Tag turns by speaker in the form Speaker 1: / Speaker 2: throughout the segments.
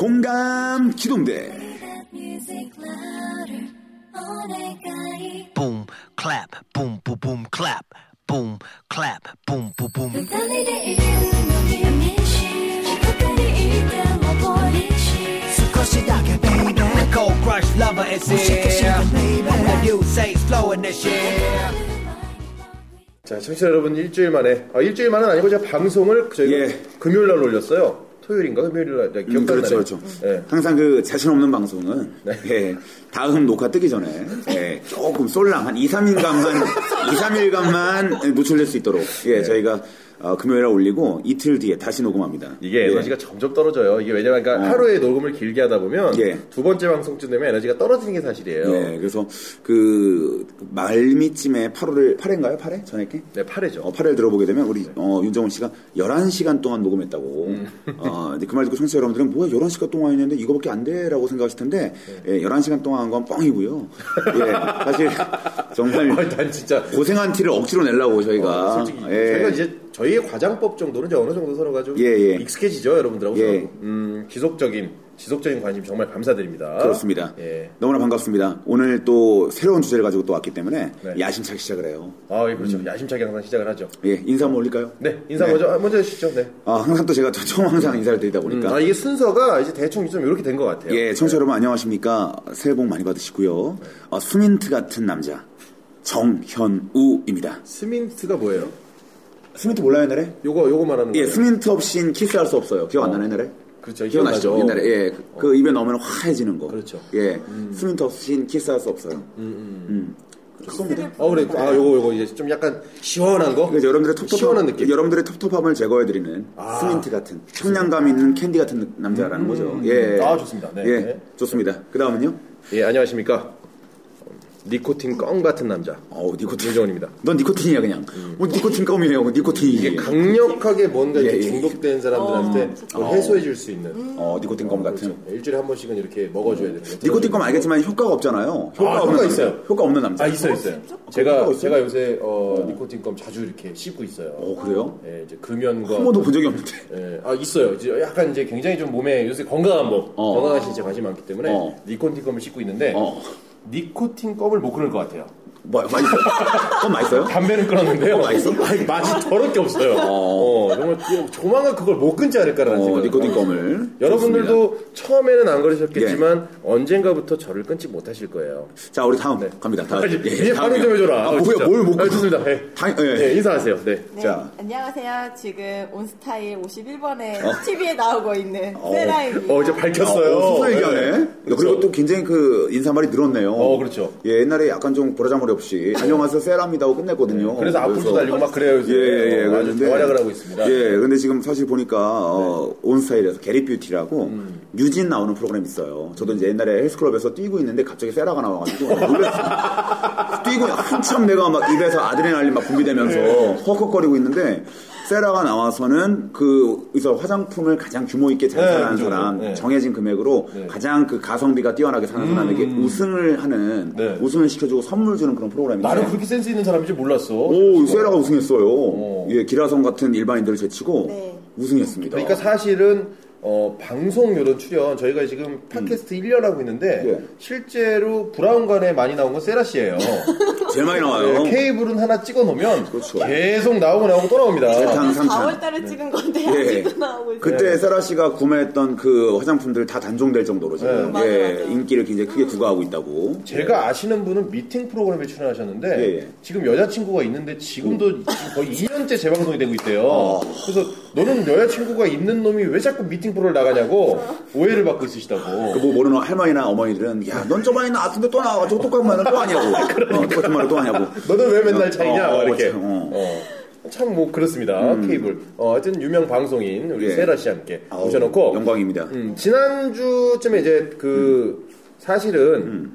Speaker 1: 공감 기동대
Speaker 2: boom, clap, boom, boom, boom, clap, boom, clap, boom, boom, boom. The cold crush lover is here. What you say is flowing this year.
Speaker 3: 자, 청취자 여러분 일주일 만에 아 일주일 만은 아니고 제가 방송을 저희가
Speaker 1: 예.
Speaker 3: 금요일 날 올렸어요. 토요일인가 금요일 날 네, 기억나요? 네.
Speaker 1: 음, 그렇죠, 그렇죠.
Speaker 3: 예.
Speaker 1: 항상 그 자신 없는 방송은 예, 다음 녹화 뜨기 전에 예, 조금 쏠랑 한 2, 3일간만 2, 3일간만 노출될 수 있도록
Speaker 3: 네.
Speaker 1: 예, 저희가 어, 금요일에 올리고 이틀 뒤에 다시 녹음합니다. 예.
Speaker 3: 이게 에너지가 점점 떨어져요. 이게 왜냐면 그러니까 하루에 녹음을 길게 하다 보면
Speaker 1: 예.
Speaker 3: 두 번째 방송쯤 되면 에너지가 떨어지는 게 사실이에요.
Speaker 1: 예, 그래서 그 말미쯤에 8월을 8회인가요? 8회? 전액게?
Speaker 3: 네, 8회죠.
Speaker 1: 어, 8회를 들어보게 되면 우리 어, 윤정훈 씨가 11시간 동안 녹음했다고. 어, 근데 그 말 듣고 청취자 여러분들은 뭐야 11시간 동안 했는데 이거밖에 안 돼라고 생각하실 텐데
Speaker 3: 네.
Speaker 1: 예, 11시간 동안 한 건 뻥이고요. 예, 사실
Speaker 3: 아,
Speaker 1: 정말
Speaker 3: 난 진짜 어,
Speaker 1: 고생한 티를 억지로 내려고 저희가
Speaker 3: 솔직히
Speaker 1: 예.
Speaker 3: 저희가 이제 저희의 과장법 정도는 이제 어느 정도 서로가 좀
Speaker 1: 예, 예.
Speaker 3: 익숙해지죠, 여러분들하고.
Speaker 1: 예.
Speaker 3: 서로. 음, 지속적인 지속적인 관심 정말 감사드립니다.
Speaker 1: 그렇습니다.
Speaker 3: 예.
Speaker 1: 너무나 반갑습니다. 오늘 또 새로운 주제를 가지고 또 왔기 때문에
Speaker 3: 네.
Speaker 1: 야심차게 시작을 해요.
Speaker 3: 아, 예, 그렇죠. 야심차게 항상 시작을 하죠.
Speaker 1: 예, 인사 한번 올릴까요?
Speaker 3: 네,
Speaker 1: 음.
Speaker 3: 인사
Speaker 1: 네.
Speaker 3: 먼저 먼저 해주시죠. 네.
Speaker 1: 아, 항상 또 제가 또 처음 항상 인사를 드리다 보니까
Speaker 3: 아, 이게 순서가 이제 대충 좀 이렇게 된 것 같아요.
Speaker 1: 예, 청취자 여러분 안녕하십니까. 새해 복 많이 받으시고요. 어, 스민트 같은 남자 정현우입니다.
Speaker 3: 스민트가 뭐예요?
Speaker 1: 스민트 몰라요 옛날에?
Speaker 3: 요거 요거 말하는
Speaker 1: 예,
Speaker 3: 거예요.
Speaker 1: 스민트 없인 키스할 수 없어요. 기억 안 나나 옛날에?
Speaker 3: 그렇죠.
Speaker 1: 기억나시죠?
Speaker 3: 기억나죠. 어.
Speaker 1: 옛날에 예, 그, 그 입에 넣으면 화해지는 거.
Speaker 3: 그렇죠.
Speaker 1: 예, 스민트 없인 키스할 수 없어요. 음, 그겁니다.
Speaker 3: 어 그래. 아 요거 요거 이제 좀 약간 시원한 거.
Speaker 1: 그래서 여러분들의 텁텁함,
Speaker 3: 시원한 느낌. 아.
Speaker 1: 여러분들의 텁텁함을 제거해드리는 스민트 같은 청량감 있는 캔디 같은 남자라는 거죠. 예,
Speaker 3: 아, 좋습니다. 네.
Speaker 1: 예,
Speaker 3: 네.
Speaker 1: 좋습니다. 그 다음은요?
Speaker 3: 예 안녕하십니까. 니코틴 껌 같은 남자.
Speaker 1: 어우, 니코틴.
Speaker 3: 윤정원입니다. 음.
Speaker 1: 넌 니코틴이야 그냥. 뭐 니코틴 껌이에요. 뭐 니코틴이.
Speaker 3: 이게 강력하게 뭔가
Speaker 1: 예,
Speaker 3: 이렇게
Speaker 1: 예.
Speaker 3: 중독된 사람들한테 그걸 해소해 줄 수 있는.
Speaker 1: 어 니코틴 껌 같은.
Speaker 3: 그렇죠. 일주일에 한 번씩은 이렇게 먹어줘야 되는 거죠.
Speaker 1: 니코틴 껌 알겠지만 효과가 없잖아요. 효과
Speaker 3: 아,
Speaker 1: 없는
Speaker 3: 효과
Speaker 1: 남자.
Speaker 3: 있어요.
Speaker 1: 효과 없는 남자.
Speaker 3: 아 있어요 있어요.
Speaker 1: 효과가
Speaker 3: 제가
Speaker 1: 있어요?
Speaker 3: 제가 요새 어, 니코틴 껌 자주 이렇게 씹고 있어요.
Speaker 1: 어 그래요?
Speaker 3: 예, 이제 금연과
Speaker 1: 한 번도 본 적이 없는데.
Speaker 3: 예, 아 있어요. 이제 약간 이제 굉장히 좀 몸에 요새 건강한 몸,
Speaker 1: 어.
Speaker 3: 건강한 신체 관심 많기 때문에
Speaker 1: 어.
Speaker 3: 니코틴 껌을 씹고 있는데
Speaker 1: 어.
Speaker 3: 니코틴 껌을 못 끊을 것 같아요.
Speaker 1: 뭐 맛있어? 껌 맛있어요?
Speaker 3: 담배는 끊었는데요. 맛있어? 맛이 더럽게 없어요. 어. 정말 조- 조만간 그걸 못 끊지 않을까라는
Speaker 1: 어
Speaker 3: 생각.
Speaker 1: 니코틴 껌을.
Speaker 3: 여러분들도 처음에는 안 그러셨겠지만
Speaker 1: 예.
Speaker 3: 언젠가부터 저를 끊지 못하실 거예요.
Speaker 1: 좋습니다. 자 우리 다음
Speaker 3: 네.
Speaker 1: 갑니다. 다음.
Speaker 3: 아, 이제 이제 반응 좀 해줘라.
Speaker 1: 예, 아, 뭐야 뭘못
Speaker 3: 아, 좋습니다. 예.
Speaker 1: 당- 예.
Speaker 3: 예, 인사하세요. 네.
Speaker 4: 네,
Speaker 1: 자.
Speaker 4: 안녕하세요. 지금 온스타일 51번에 TV에 나오고 있는
Speaker 1: 어.
Speaker 4: 세라입니다.
Speaker 3: 어 이제 밝혔어요.
Speaker 1: 어, 수사 얘기하네.
Speaker 3: 네.
Speaker 1: 그리고또 굉장히 그 인사말이 늘었네요.
Speaker 3: 어, 그렇죠.
Speaker 1: 예, 옛날에 약간 좀 보라장머리 없이 안녕하세요 세라입니다 하고 끝냈거든요.
Speaker 3: 예. 그래서 앞으로도 달리고 막 그래요. 요새.
Speaker 1: 예, 예, 예.
Speaker 3: 어, 아주
Speaker 1: 그런데-
Speaker 3: 활약을 하고 있습니다.
Speaker 1: 예, 근데 지금 사실 보니까, 어, 온스타일에서 게리뷰티라고,
Speaker 3: 음.
Speaker 1: 뉴진 나오는 프로그램 있어요. 저도 이제 옛날에 헬스클럽에서 뛰고 있는데 갑자기 세라가 나와가지고, 놀랐어요. 뛰고 한참 내가 막 입에서 아드레날린 막 분비되면서
Speaker 3: 네.
Speaker 1: 헉헉거리고 있는데, 세라가 나와서는 그, 그래서 화장품을 가장 규모 있게 잘
Speaker 3: 네,
Speaker 1: 사는
Speaker 3: 그죠,
Speaker 1: 사람,
Speaker 3: 그죠. 네. 음.
Speaker 1: 정해진 금액으로 가장 그 가성비가 뛰어나게 사는 사람에게 우승을 하는,
Speaker 3: 네.
Speaker 1: 우승을 시켜주고 선물 주는 그런 프로그램인데.
Speaker 3: 나는 그렇게 센스 있는 사람인지 몰랐어.
Speaker 1: 오, 세라가 우승했어요. 예, 기라성 같은 일반인들을 제치고
Speaker 4: 네.
Speaker 1: 우승했습니다.
Speaker 3: 그러니까 사실은 어, 방송 이런 출연 저희가 지금 팟캐스트 1년 하고 있는데
Speaker 1: 음. 예.
Speaker 3: 실제로 브라운관에 많이 나온 건 세라 씨예요.
Speaker 1: 제일 많이 나와요.
Speaker 3: 네, 케이블은 하나 찍어 놓으면
Speaker 1: 아, 그렇죠.
Speaker 3: 계속 나오고 나오고 또 나옵니다.
Speaker 4: 아,
Speaker 1: 대탕 삼찬.
Speaker 4: 4월달에 찍은 건데
Speaker 1: 예.
Speaker 4: 아직도 나오고 있어요.
Speaker 1: 그때 세라 씨가 구매했던 그 화장품들 다 단종될 정도로 지금
Speaker 4: 맞아,
Speaker 1: 예,
Speaker 4: 맞아.
Speaker 1: 인기를 굉장히 크게 구가하고 있다고.
Speaker 3: 네. 제가 아시는 분은 미팅 프로그램에 출연하셨는데
Speaker 1: 예, 예. 지금
Speaker 3: 지금 여자친구가 있는데 지금도 지금 거의 2년째 재방송이 되고 있대요.
Speaker 1: 아.
Speaker 3: 그래서 너는 여자친구가 있는 놈이 왜 자꾸 미팅 프로를 나가냐고 오해를 받고 있으시다고.
Speaker 1: 그 뭐 모르는 할머니나 어머니들은 야 넌 저번에 나왔는데 또 나와가지고 똑같은 말을 또
Speaker 3: 아,
Speaker 1: 하냐고.
Speaker 3: 그러니까.
Speaker 1: 어, 똑같은 말을 또 하냐고.
Speaker 3: 너는 왜 맨날 차이냐?
Speaker 1: 뭐- 어,
Speaker 3: 막 이렇게.
Speaker 1: 참, 어. 음.
Speaker 3: 참 뭐 그렇습니다. 케이블. 어, 하여튼 유명 방송인 우리
Speaker 1: 예.
Speaker 3: 세라 씨와 함께
Speaker 1: 아우,
Speaker 3: 모셔놓고
Speaker 1: 영광입니다.
Speaker 3: 음,
Speaker 1: 음.
Speaker 3: 지난주쯤에 이제 그 사실은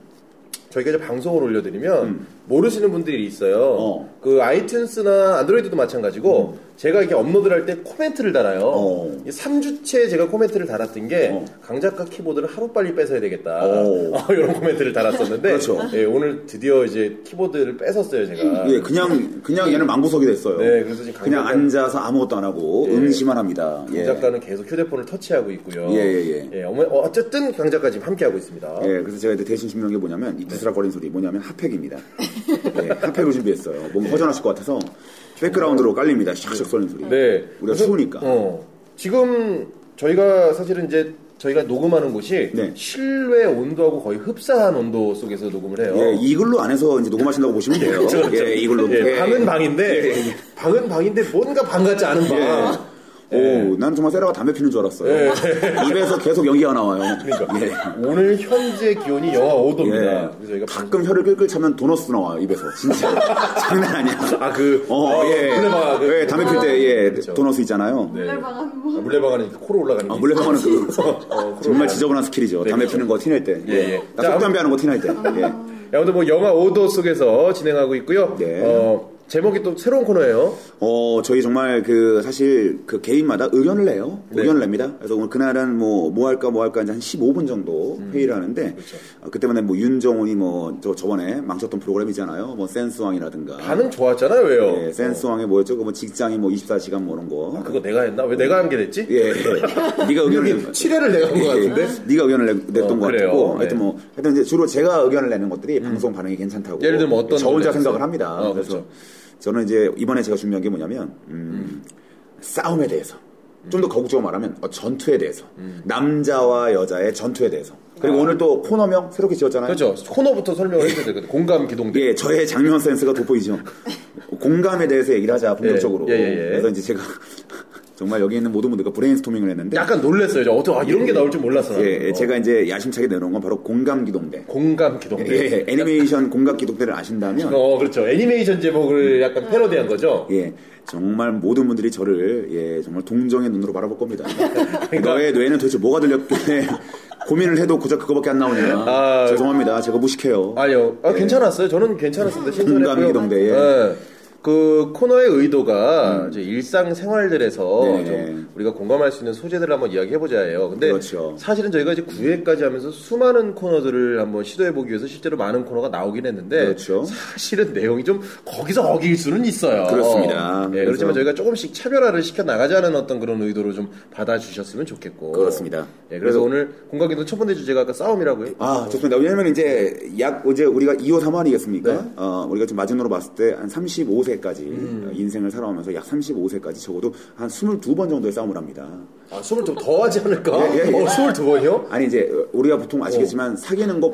Speaker 3: 저희가 이제 방송을 올려드리면 모르시는 분들이 있어요.
Speaker 1: 어. 음.
Speaker 3: 그 아이튠스나 안드로이드도 마찬가지고 제가 이렇게 업로드를 할 때 코멘트를 달아요.
Speaker 1: 어.
Speaker 3: 3주째 제가 코멘트를 달았던 게
Speaker 1: 어.
Speaker 3: 강작가 키보드를 하루빨리 뺏어야 되겠다.
Speaker 1: 오.
Speaker 3: 이런 코멘트를 달았었는데
Speaker 1: 그렇죠.
Speaker 3: 예, 오늘 드디어 이제 키보드를 뺏었어요, 제가.
Speaker 1: 예, 그냥 그냥 얘는 망구석이 됐어요.
Speaker 3: 네, 그래서 지금
Speaker 1: 그냥
Speaker 3: 강작가-
Speaker 1: 앉아서 아무것도 안 하고 응시만 합니다. 예.
Speaker 3: 강작가는 계속 휴대폰을 터치하고 있고요.
Speaker 1: 예, 예, 예.
Speaker 3: 어머- 어, 어쨌든 강작가 지금 함께하고 있습니다.
Speaker 1: 예, 그래서 제가 이제 대신 준비한 게 뭐냐면
Speaker 3: 네.
Speaker 1: 이 부스락거리는 소리 뭐냐면 핫팩입니다. 예, 핫팩을 준비했어요. 뭔가 허전하실 것 같아서 백그라운드로 깔립니다. 샥샥 소리는 소리.
Speaker 3: 네.
Speaker 1: 우리가
Speaker 3: 그래서,
Speaker 1: 추우니까.
Speaker 3: 어, 지금 저희가 사실은 이제 저희가 녹음하는 곳이
Speaker 1: 네.
Speaker 3: 실외 온도하고 거의 흡사한 온도 속에서 녹음을 해요.
Speaker 1: 예, 이글로 안에서 이제 녹음하신다고 보시면 돼요. 예, 이글로.
Speaker 3: 예, 방은 방인데
Speaker 1: 예.
Speaker 3: 방은 방인데 뭔가 방 같지 않은 방.
Speaker 1: 오, 예, 난 정말 세라가 담배 피는 줄 알았어요. 입에서 계속 연기가 나와요.
Speaker 3: 네. 그러니까.
Speaker 1: 예.
Speaker 3: 오늘 현재 기온이 영하 5도입니다.
Speaker 1: 예.
Speaker 3: 그래서 저희가 방...
Speaker 1: 가끔 혀를 끌끌 차면 도너스 나와요 입에서 진짜 장난 아니야.
Speaker 3: 아, 그-
Speaker 1: 어,
Speaker 3: 아,
Speaker 1: 예,
Speaker 3: 물레방아 그-
Speaker 1: 예, 담배 필 때 예,
Speaker 3: 그렇죠.
Speaker 1: 도너스 있잖아요.
Speaker 4: 물레방아는 뭐?
Speaker 3: 아, 물레방아는 이렇게 코로 올라가는 게
Speaker 1: 아, 물레방아는 그
Speaker 3: 어, 그러네요.
Speaker 1: 정말 지저분한 스킬이죠. 담배 피는 거 티낼 때,
Speaker 3: 예, 예.
Speaker 1: 나
Speaker 3: 자,
Speaker 1: 속담배 하는 거 티낼 때. 예.
Speaker 3: 있어요. 야, 오늘 뭐 영하 5도 속에서 진행하고 있고요.
Speaker 1: 네.
Speaker 3: 어, 제목이 또 새로운 코너예요.
Speaker 1: 어, 저희 정말 그 사실 그 개인마다 의견을 내요.
Speaker 3: 네.
Speaker 1: 의견을 냅니다. 그래서 오늘 그날은 뭐, 뭐 할까 뭐 할까 이제 한 15분 정도
Speaker 3: 음,
Speaker 1: 회의를 하는데
Speaker 3: 그렇죠.
Speaker 1: 어, 그때마다 뭐 윤정훈이 뭐 저 저번에 망쳤던 프로그램이잖아요. 뭐 센스왕이라든가.
Speaker 3: 반응 좋았잖아요, 왜요?
Speaker 1: 예, 센스왕의 뭐였죠? 그뭐 직장인 뭐 24시간 뭐 이런 거.
Speaker 3: 그거 내가 했나? 왜 내가 한 게 됐지?
Speaker 1: 예, 예. 네가 의견을 내-
Speaker 3: 7회를 내가 한 것 같은데?
Speaker 1: 예, 네가 의견을 내- 냈던
Speaker 3: 어,
Speaker 1: 것
Speaker 3: 그래요.
Speaker 1: 같고 하여튼
Speaker 3: 네. 음.
Speaker 1: 뭐 하여튼 이제 주로 제가 의견을 내는 것들이 방송 반응이 괜찮다고
Speaker 3: 예를 들면 어떤
Speaker 1: 저 혼자
Speaker 3: 노래가 있어요?
Speaker 1: 생각을 합니다.
Speaker 3: 어,
Speaker 1: 그래서
Speaker 3: 그렇죠.
Speaker 1: 저는 이제 이번에 제가 준비한 게 뭐냐면 음, 싸움에 대해서
Speaker 3: 음.
Speaker 1: 좀 더 거국적으로 말하면 어, 전투에 대해서 남자와 여자의 전투에 대해서 그리고 오늘 또 코너명 새롭게 지었잖아요.
Speaker 3: 아. 그렇죠. 코너부터 설명을 해줘야 되거든. 공감 기동대.
Speaker 1: 예, 저의 장면 센스가 돋보이죠. 공감에 대해서 얘기를 하자 본격적으로.
Speaker 3: 예, 예, 예.
Speaker 1: 그래서 이제 제가 정말 여기 있는 모든 분들과 브레인스토밍을 했는데
Speaker 3: 약간 놀랬어요. 저 어떻게 아, 이런 게 나올 줄 몰랐어. 나는.
Speaker 1: 예,
Speaker 3: 어.
Speaker 1: 제가 이제 야심차게 내놓은 건 바로 공감 기동대.
Speaker 3: 공감 기동대.
Speaker 1: 예, 애니메이션 공감 기동대를 아신다면
Speaker 3: 어, 그렇죠. 애니메이션 제목을 약간 패러디한 거죠.
Speaker 1: 예, 정말 모든 분들이 저를 예, 정말 동정의 눈으로 바라볼 겁니다.
Speaker 3: 그러니까
Speaker 1: 너의 뇌는 도대체 뭐가 들렸길래 고민을 해도 고작 그거밖에 안 나오냐.
Speaker 3: 아,
Speaker 1: 죄송합니다. 제가 무식해요.
Speaker 3: 아니요.
Speaker 1: 예.
Speaker 3: 아, 괜찮았어요. 저는 괜찮았습니다. 신선했고요.
Speaker 1: 공감 기동대, 예.
Speaker 3: 예. 그 코너의 의도가 이제 일상 생활들에서
Speaker 1: 네.
Speaker 3: 좀 우리가 공감할 수 있는 소재들을 한번 이야기해보자 해요. 근데
Speaker 1: 그렇죠.
Speaker 3: 사실은 저희가 이제 9회까지 하면서 수많은 코너들을 한번 시도해보기 위해서 실제로 많은 코너가 나오긴 했는데
Speaker 1: 그렇죠.
Speaker 3: 사실은 내용이 좀 거기서 거기일 수는 있어요.
Speaker 1: 그렇습니다.
Speaker 3: 예,
Speaker 1: 그래서-
Speaker 3: 그렇지만 저희가 조금씩 차별화를 시켜 나가자는 어떤 그런 의도로 좀 받아주셨으면 좋겠고
Speaker 1: 그렇습니다.
Speaker 3: 예, 그래서 오늘 공감 기동 첫 번째 주제가 아까 싸움이라고요.
Speaker 1: 아, 좋습니다. 왜냐면 이제 약, 이제 우리가 2호, 3호 아니겠습니까?
Speaker 3: 네.
Speaker 1: 어, 우리가 지금 마지노로 봤을 때 한 35세까지
Speaker 3: 음.
Speaker 1: 인생을 살아오면서 약 35세까지 적어도 한 22번 정도의 싸움을 합니다.
Speaker 3: 아, 숨을 좀 더 하지 않을까?
Speaker 1: 예, 예, 예.
Speaker 3: 어, 숨을 두 번이요?
Speaker 1: 아니 이제 우리가 보통 아시겠지만 사귀는 거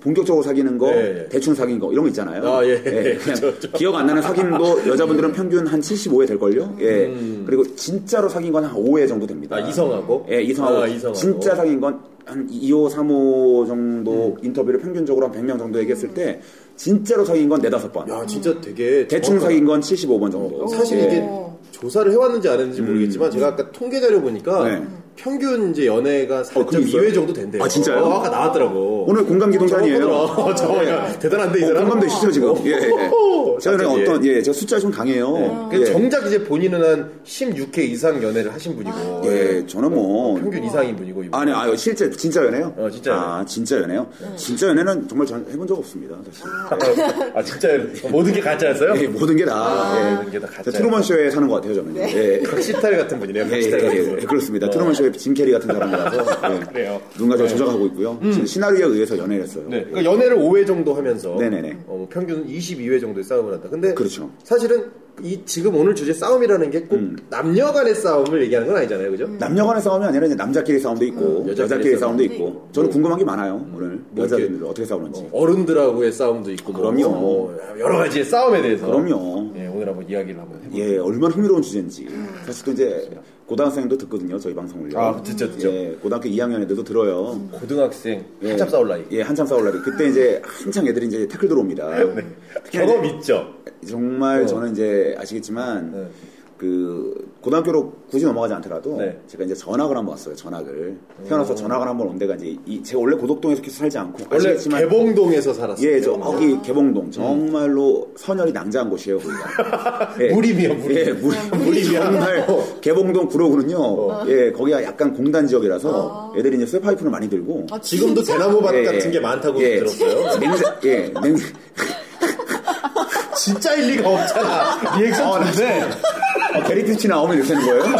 Speaker 1: 본격적으로 사귀는 거
Speaker 3: 어. 예, 예.
Speaker 1: 대충 사귄 거 이런 거 있잖아요.
Speaker 3: 아, 예, 예.
Speaker 1: 그냥 기억 안 나는 사귄도 여자분들은 평균 한 75회 될 걸요. 예. 그리고 진짜로 사귄 건 한 5회 정도 됩니다.
Speaker 3: 음. 아, 이성하고?
Speaker 1: 예, 이성하고.
Speaker 3: 아, 이성하고.
Speaker 1: 진짜 사귄 건 한 2호, 3호 정도
Speaker 3: 음.
Speaker 1: 인터뷰를 평균적으로 한 100명 정도 얘기했을 때 진짜로 사귄 건 네다섯 번.
Speaker 3: 야, 진짜 되게
Speaker 1: 대충
Speaker 3: 정확하다.
Speaker 1: 사귄 건 75번 정도.
Speaker 3: 사실
Speaker 1: 예.
Speaker 3: 이게 조사를 해왔는지 안 했는지 모르겠지만 제가 아까 통계 자료 보니까
Speaker 1: 음. 네.
Speaker 3: 평균 이제 연애가
Speaker 1: 그게 있어요?
Speaker 3: 4.2회 정도 된대요.
Speaker 1: 아, 진짜요?
Speaker 3: 어, 아까 나왔더라고.
Speaker 1: 오늘 공감 기동단이에요.
Speaker 3: 어,
Speaker 1: 예. 네.
Speaker 3: 저거더라. 저거야. 대단한데 이 어. 사람.
Speaker 1: 어, 공감되시죠 지금? 예. 예.
Speaker 3: 오호.
Speaker 1: 제가 그냥 어떤 예, 제가 숫자 좀 강해요.
Speaker 3: 그
Speaker 1: 예.
Speaker 3: 정작 이제 본인은 한 16회 이상 연애를 하신 분이고
Speaker 1: 예, 저는 뭐
Speaker 3: 어, 평균 이상인 분이고 이분.
Speaker 1: 아니, 아 실제 진짜 연애요?
Speaker 3: 어, 진짜 연애.
Speaker 1: 아, 진짜 연애요? 진짜 연애는 정말 전 해본 적 없습니다. 사실.
Speaker 3: 아 진짜 모든 게 가짜였어요?
Speaker 1: 예, 모든 게 다. 예.
Speaker 3: 아, 모든 게다 가짜예요.
Speaker 1: 트루먼 쇼에 사는 것 같아요, 저는. 예.
Speaker 3: 각시탈 같은 분이네요.
Speaker 1: 예, 예,
Speaker 3: 각시탈 같은
Speaker 1: 예,
Speaker 3: 분.
Speaker 1: 예, 그렇습니다. 트루먼 쇼의 짐 캐리 같은 사람이라서 예.
Speaker 3: 어. 그래요. 음.
Speaker 1: 누군가 저를 조작하고 있고요. 지금 시나리오에 의해서 연애를 했어요.
Speaker 3: 네, 그러니까 연애를 5회 정도 하면서
Speaker 1: 네네네.
Speaker 3: 어, 뭐 평균 22회 정도의 싸움을 한다. 근데
Speaker 1: 그렇죠. 음.
Speaker 3: 사실은 이 지금 오늘 주제 싸움이라는 게 꼭 남녀 간의 싸움을 얘기하는 건 아니잖아요. 그죠?
Speaker 1: 남녀 간의 싸움이 아니라 이제 남자끼리 싸움도 있고
Speaker 3: 음, 여자끼리
Speaker 1: 여자끼리 싸움도
Speaker 3: 싸움도 네. 뭐
Speaker 1: 있고 저는 궁금한 게 많아요 오늘 여자들 어떻게 싸우는지
Speaker 3: 어른들하고의 싸움도 있고 뭐,
Speaker 1: 그럼요.
Speaker 3: 뭐 여러 가지의 싸움에 대해서
Speaker 1: 그럼요
Speaker 3: 예, 오늘 한번 이야기를 한번 해볼게요.
Speaker 1: 예, 얼마나 흥미로운 주제인지. 사실 또 이제 고등학생도 듣거든요, 저희 방송을요.
Speaker 3: 아, 듣죠, 듣죠.
Speaker 1: 예, 고등학교 2학년 애들도 들어요.
Speaker 3: 고등학생
Speaker 1: 예.
Speaker 3: 한참 싸울 나이.
Speaker 1: 예, 한참 싸울 날이. 그때 이제 한창 애들이 이제
Speaker 3: 네.
Speaker 1: 태클 들어옵니다. 예.
Speaker 3: 경험 있죠.
Speaker 1: 정말 저는 이제 아시겠지만 그 고등학교로 굳이 넘어가지 않더라도
Speaker 3: 네. 음.
Speaker 1: 제가 이제 전학을 한번 왔어요. 전학을 태어나서 전학을 한번 온 데가 이제 이 제가 원래 고덕동에서 계속 살지 않고
Speaker 3: 원래
Speaker 1: 아시겠지만
Speaker 3: 개봉동에서 살았어요. 아,
Speaker 1: 예, 저 거기 개봉동 정말로 선열이 낭자한 곳이에요. 거기가. 예.
Speaker 3: 무림이요, 무림.
Speaker 1: 예, 무림, 무림이 정말 개봉동 구로구는요. 예, 거기가 약간 공단 지역이라서 애들이 이제 쇠파이프를 많이 들고
Speaker 4: 아,
Speaker 5: 지금도
Speaker 4: 진짜?
Speaker 5: 대나무밭
Speaker 1: 예, 예.
Speaker 5: 같은 게 많다고
Speaker 1: 예.
Speaker 5: 들었어요.
Speaker 1: 냉세, 예, 냉세.
Speaker 5: 진짜일 리가 없잖아.
Speaker 3: 리액션 좋은데
Speaker 1: 아, 게리피치 나오면 이렇게 되는 거예요?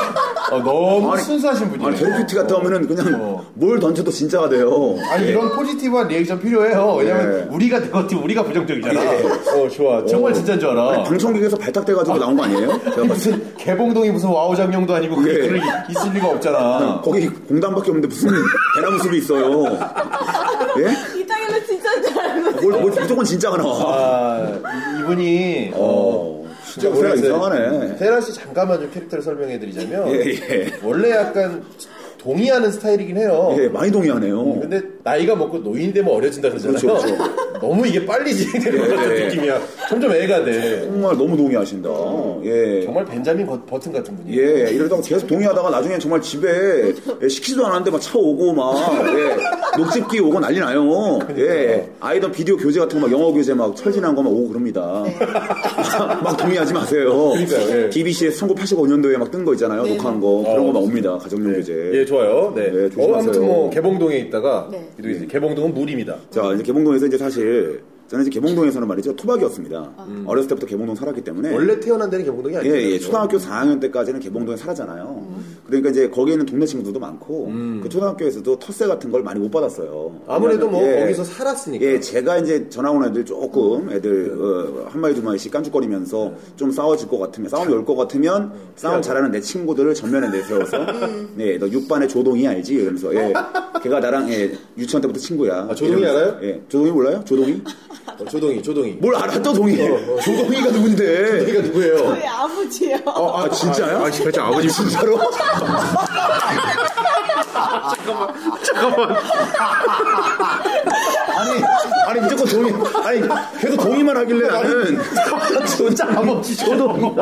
Speaker 3: 어, 너무
Speaker 1: 아니,
Speaker 3: 순수하신 분이에요.
Speaker 1: 아니, 게리피치 같다 하면은 그냥
Speaker 3: 어.
Speaker 1: 뭘 던져도 진짜가 돼요.
Speaker 3: 아니 이런 포지티브한 리액션 필요해요. 왜냐면
Speaker 1: 예.
Speaker 3: 우리가 네거티브, 우리가 부정적이잖아. 어 좋아. 정말 진짜인 줄 알아.
Speaker 1: 방청객에서 발탁돼가지고 나온 거 아니에요? 제가 봤을 때.
Speaker 3: 무슨 개봉동이 무슨 와우장룡도 아니고 그게
Speaker 1: 예.
Speaker 3: 그럴 리- 있을 리가 없잖아.
Speaker 1: 어, 거기 공단밖에 없는데 무슨 대나무 숲이 있어요. 예?
Speaker 4: 이 땅에는 진짜인 줄 알았는데.
Speaker 1: 뭘, 뭘 무조건 진짜가 나와.
Speaker 3: 아 이- 이분이
Speaker 1: 어, 진짜 목소리가 이상하네.
Speaker 3: 세라 씨 잠깐만 좀 캐릭터를 설명해드리자면
Speaker 1: 예, 예.
Speaker 3: 원래 약간 동의하는 스타일이긴 해요.
Speaker 1: 예, 많이 동의하네요.
Speaker 3: 근데 나이가 먹고 노인이 되면 어려진다 그러잖아요.
Speaker 1: 그렇죠,
Speaker 3: 너무 이게 빨리 진행되는 것 같은
Speaker 1: 예, 예.
Speaker 3: 느낌이야. 점점 애가 돼.
Speaker 1: 정말 너무 동의하신다. 예.
Speaker 3: 정말 벤자민 버- 버튼 같은 분이에요.
Speaker 1: 예, 이러다가 계속 동의하다가 나중엔 정말 집에 예, 시키지도 않았는데 막 차 오고 막, 예, 녹즙기 오고 난리 나요. 예, 아이들 비디오 교재 같은 거 막 영어 교재 막 철진한 거 막 오고 그럽니다. 막, 막 동의하지 마세요.
Speaker 3: 그러니까요, 예.
Speaker 1: BBC에서 1985년도에 막 뜬 거 있잖아요. 녹화한 거. 그런 거 막 옵니다. 가정용 교재.
Speaker 3: 예, 좋아요. 네.
Speaker 1: 네,
Speaker 3: 어, 아무튼 뭐
Speaker 1: 조심하세요.
Speaker 3: 개봉동에 있다가
Speaker 4: 네.
Speaker 3: 그리고 이제 개봉동은 무림이다.
Speaker 1: 자, 이제 개봉동에서 이제 사실 저는 이제 개봉동에서는 말이죠. 토박이었습니다. 어렸을 때부터 개봉동 살았기 때문에
Speaker 3: 원래 태어난 데는 개봉동이
Speaker 1: 예,
Speaker 3: 아니에요.
Speaker 1: 예. 초등학교 4학년 때까지는 개봉동에 살았잖아요. 그러니까 이제 거기에 있는 동네 친구들도 많고, 그 초등학교에서도 텃세 같은 걸 많이 못 받았어요.
Speaker 3: 음. 아무래도 뭐
Speaker 1: 왜냐면, 예,
Speaker 3: 거기서 살았으니까.
Speaker 1: 예, 제가 이제 전화 온 애들 조금 애들 어, 한 마리 두 마리씩 깐죽거리면서 좀 싸워질 것 같으면 싸움이 올 것 같으면
Speaker 3: 어,
Speaker 1: 싸움 잘하는 내 친구들을 전면에 내세워서 예, 너 6반의 조동이 알지? 이러면서 예, 걔가 나랑 예, 유치원 때부터 친구야.
Speaker 3: 아, 조동이
Speaker 1: 이러면서.
Speaker 3: 알아요?
Speaker 1: 예, 조동이 몰라요? 조동이?
Speaker 3: 어, 조동이, 조동이.
Speaker 1: 뭘 알아? 또 동이? 조동이가 누군데?
Speaker 3: 얘가 누구예요?
Speaker 4: 왜 아버지예요? 어,
Speaker 1: 아, 진짜요?
Speaker 5: 아, 진짜 아버지
Speaker 1: 진짜로? 잠깐만, 잠깐만. 아니, 아니, 무조건 동의, 아니, 계속 동의만 하길래
Speaker 3: 네.
Speaker 1: 나는. 진짜 아버지 조동이.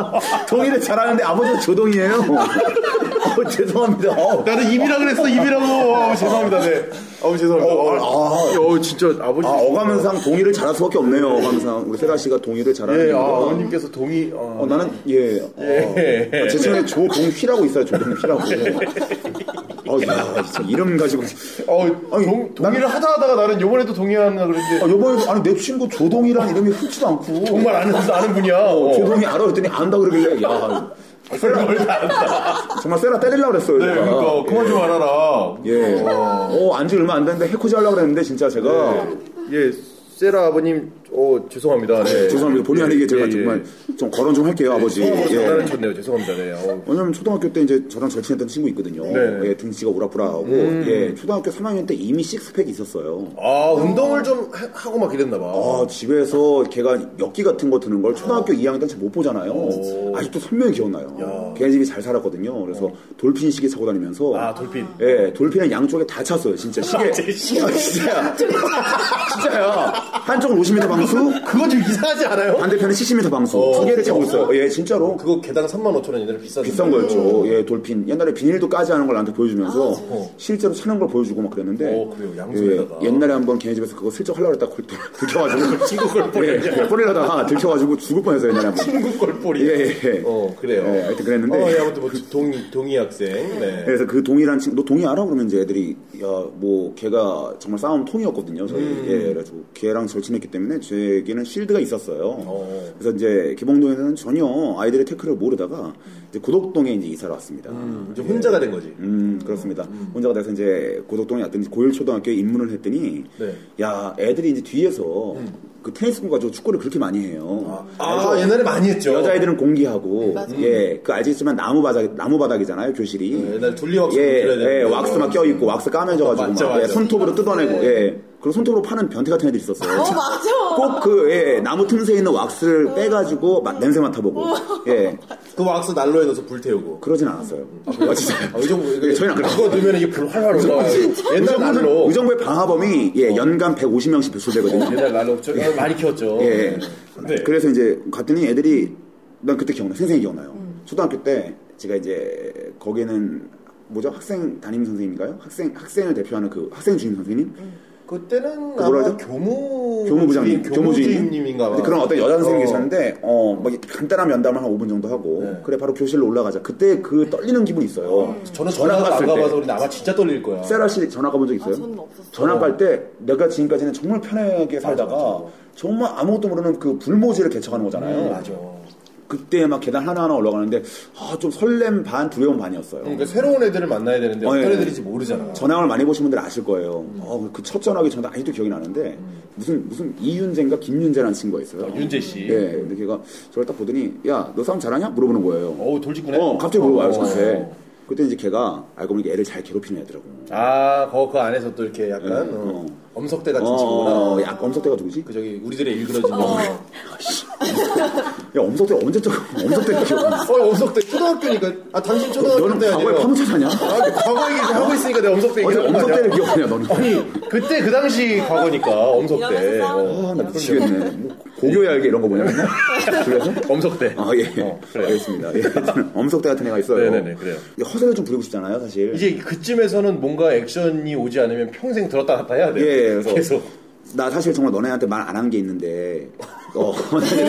Speaker 1: 동의를 잘하는데 아버지가 조동이에요. 어, 죄송합니다.
Speaker 3: 아,
Speaker 1: 어,
Speaker 3: 나는 입이라 그랬어, 입이라고. 아우, 죄송합니다. 네. 아우, 죄송합니다.
Speaker 1: 아,
Speaker 5: 어, 진짜 아버지.
Speaker 1: 아, 어감상 동의를 잘할 수 밖에 없네요, 어감상. 우리 세라 씨가 동의를 잘하는
Speaker 3: 예, 아,
Speaker 1: 이유가.
Speaker 3: 어머님께서 동의, 어,
Speaker 1: 어, 나는 예. 어. 아, 제 친구에 조동휘라고 있어요. 조동휘라고. 예. 어, 야, 진짜 이름 가지고.
Speaker 3: 어,
Speaker 1: 아니,
Speaker 3: 동, 동의를 하다 하다가 나는 어, 요번에도 동의하나 그랬는데
Speaker 1: 아, 요번에도 아니 내 친구 조동이란 이름이 흔치도 않고.
Speaker 3: 정말 아는, 아는 분이야. 어.
Speaker 1: 조동이 알아 그랬더니 안다 그러길래 야. 세라 정말 세라 때리려고 그랬어요.
Speaker 3: 네,
Speaker 1: 제가.
Speaker 3: 그러니까 그만 좀 알아라.
Speaker 1: 예. 어, 안지 얼마 안 됐는데 해코지 하려고 그랬는데 진짜 제가
Speaker 3: 예, 세라 아버님, 어, 죄송합니다. 네.
Speaker 1: 아, 죄송합니다. 본의 아니게 제가
Speaker 3: 예, 예.
Speaker 1: 정말 좀 거론 좀 할게요, 아버지.
Speaker 3: 어,
Speaker 1: 예.
Speaker 3: 장난을 쳤네요. 죄송합니다. 네. 어,
Speaker 1: 왜냐면 초등학교 때 이제 저랑 절친했던 친구 있거든요.
Speaker 3: 네. 음.
Speaker 1: 예, 등치가 오락부락하고 예, 초등학교 3학년 때 이미 식스팩이 있었어요.
Speaker 3: 아, 운동을 좀 하- 하고 막 이랬나 봐.
Speaker 1: 아, 집에서 걔가 엽기 같은 거 드는 걸 초등학교 2학년 때 잘 못 보잖아요. 아직도 선명히 기억나요. 걔네 집이 잘 살았거든요. 그래서 돌핀 시계 차고 다니면서.
Speaker 3: 아, 돌핀.
Speaker 1: 예, 돌핀은 양쪽에 다 찼어요. 진짜 시계. 아, 진짜야. 진짜야. 한쪽은 50m 방수,
Speaker 3: 그거 좀 이상하지 않아요?
Speaker 1: 반대편은 70m 방수.
Speaker 3: 어.
Speaker 1: 두 개를 차고 있어요. 예, 진짜로.
Speaker 3: 그거 개당 3만 5천 원이잖아요. 그렇죠. 비싼
Speaker 1: 비싼
Speaker 3: 네.
Speaker 1: 거였죠. 예, 돌핀. 옛날에 비닐도 까지 하는 걸 나한테 보여주면서 실제로 차는 걸 보여주고 막 그랬는데.
Speaker 3: 아, 어, 그래요? 양손에다가.
Speaker 1: 예, 옛날에 한번 걔네 집에서 그거 슬쩍 하려고 했다 걸 들켜가지고. 중국 걸 뿌리려다가. 뿌리려다가 들켜가지고 죽을 뻔했어요, 옛날에 한 번.
Speaker 3: 한국 골볼이.
Speaker 1: 예, 예, 예.
Speaker 3: 어, 그래요.
Speaker 1: 예, 하여튼 그랬는데.
Speaker 3: 어, 예, 아무튼 뭐 동, 동의 학생. 네.
Speaker 1: 그래서 그 동일한 친구, 너 동의 알아? 그러면 이제 애들이, 야, 뭐, 걔가 정말 싸움 통이었거든요, 저희.
Speaker 3: 음.
Speaker 1: 예, 그래서 걔랑 절친했기 때문에 제게는 실드가 있었어요. 그래서 이제 개봉동에서는 전혀 아이들의 태클을 모르다가 이제 고덕동에 이제 이사를 왔습니다.
Speaker 3: 이제 혼자가 된 거지.
Speaker 1: 음, 그렇습니다. 혼자가 돼서 이제 고덕동에 왔더니 고일초등학교에 입문을 했더니,
Speaker 3: 네. 음.
Speaker 1: 야, 애들이 이제 뒤에서 그 테니스공 가지고 축구를 그렇게 많이 해요.
Speaker 3: 아, 옛날에 많이 했죠.
Speaker 1: 여자애들은 공기하고, 예, 그 알겠지만 나무 바닥, 나무 바닥이잖아요, 교실이.
Speaker 3: 네, 옛날에 둘리 왁스
Speaker 1: 예,
Speaker 3: 들어야 되는데.
Speaker 1: 예, 왁스 막 껴있고, 왁스 까매져가지고,
Speaker 3: 맞죠,
Speaker 1: 막,
Speaker 3: 맞죠. 네.
Speaker 1: 예, 손톱으로 뜯어내고, 예. 그리고 손톱으로 파는 변태 같은 애들이 있었어요.
Speaker 4: 어, 맞아. 어.
Speaker 1: 꼭 그, 예, 나무 틈새 있는 왁스를 빼가지고, 막 냄새 맡아보고, 예.
Speaker 3: 그 왁스 난로에 넣어서 불태우고.
Speaker 1: 그러진 않았어요. 아, 진짜요?
Speaker 3: 아, 의정부, 이거
Speaker 1: 저희는 안
Speaker 3: 그거 넣으면 이게 불 활활 올라와요. 옛날 난로.
Speaker 1: 음. 의정부의 방화범이 예,
Speaker 3: 어.
Speaker 1: 연간 150명씩 배출되거든요.
Speaker 3: 옛날 난로 저- 많이 키웠죠.
Speaker 1: 예.
Speaker 3: 어. 네.
Speaker 1: 그래서 이제 갔더니 애들이 난 그때 기억나. 요 선생이 기억나요. 초등학교 때 제가 이제 거기는 뭐죠 학생 담임 선생님인가요? 학생 학생을 대표하는 그 학생 주임 선생님
Speaker 3: 그때는
Speaker 1: 그 뭐라
Speaker 3: 아마
Speaker 1: 하죠?
Speaker 3: 어, 교무
Speaker 1: 교무부장님,
Speaker 3: 교무주임님인가 봐.
Speaker 1: 그런 어떤 여자 선생님이
Speaker 3: 어.
Speaker 1: 계셨는데, 어, 막 이렇게 간단한 면담을 한 5분 정도 하고,
Speaker 3: 네. 음.
Speaker 1: 그래, 바로 교실로 올라가자. 그때 그 떨리는 기분이 있어요.
Speaker 3: 저는 전화가 안 가봐서 우리 아마 진짜 떨릴 거야.
Speaker 1: 세라 씨 전화 가본 적 있어요?
Speaker 4: 아, 저는 없었어요.
Speaker 1: 전화 갈 때, 내가 지금까지는 정말 편하게 살다가,
Speaker 3: 맞아.
Speaker 1: 정말 아무것도 모르는 그 불모지를 개척하는 거잖아요.
Speaker 3: 음, 맞아.
Speaker 1: 그때 막 계단 하나하나 올라가는데, 아, 좀 설렘 반, 두려움 반이었어요.
Speaker 3: 그러니까 새로운 애들을 만나야 되는데
Speaker 1: 어,
Speaker 3: 어떤
Speaker 1: 예.
Speaker 3: 애들인지 모르잖아. 음.
Speaker 1: 전화를 많이 보신 분들 은 아실 거예요. 어, 그 첫 전화기 전화 아직도 기억이 나는데, 무슨, 무슨 이윤재인가 김윤재라는 친구가 있어요.
Speaker 3: 아, 윤재 씨.
Speaker 1: 예, 근데 걔가 저를 딱 보더니, 야, 너 싸움 잘하냐? 물어보는 거예요.
Speaker 3: 어우 돌직구네.
Speaker 1: 어, 갑자기 물어봐요,
Speaker 3: 어.
Speaker 1: 저한테. 그때 이제 걔가 알고 보니까 애를 잘 괴롭히는 애더라고.
Speaker 3: 아, 거, 그 안에서 또 이렇게 약간
Speaker 1: 예,
Speaker 3: 어,
Speaker 1: 어.
Speaker 3: 엄석대 같은 친구나.
Speaker 1: 어, 야, 엄석대가 누구지?
Speaker 3: 그 저기 우리들의 일그러진.
Speaker 4: 어,
Speaker 3: 어,
Speaker 1: 야, 엄석대 언제적, 엄석대
Speaker 3: 어,
Speaker 1: 기억
Speaker 3: 엄석대 초등학교니까. 아, 당신 초등학교
Speaker 1: 너는
Speaker 3: 때 아니에요.
Speaker 1: 과거에 파묻혀사냐?
Speaker 3: 아, 과거 얘기 하고 있으니까 내가 엄석대
Speaker 1: 어제
Speaker 3: 얘기하는 거
Speaker 1: 엄석대를
Speaker 3: 아니야?
Speaker 1: 기억하냐, 너는?
Speaker 3: 아니, 그때 그 당시 과거니까
Speaker 4: 이러면서
Speaker 3: 엄석대. 어.
Speaker 4: 싸우는
Speaker 1: 아, 나 미치겠네. 뭐 고교얄개 이런 거 뭐냐, 맨날? 그래서?
Speaker 3: 엄석대.
Speaker 1: 아, 예.
Speaker 3: 어, 그래요.
Speaker 1: 알겠습니다. 예. 하여튼 엄석대 같은 애가 있어요.
Speaker 3: 네네네, 그래요.
Speaker 1: 이제 허세를 좀 부리고 싶잖아요, 사실.
Speaker 3: 이제 그쯤에서는 뭔가 액션이 오지 않으면 평생 들었다 놨다 해야 돼.
Speaker 1: 예, 그래서
Speaker 3: 계속.
Speaker 1: 나 사실 정말 너네한테 말 안 한 게 있는데. 어,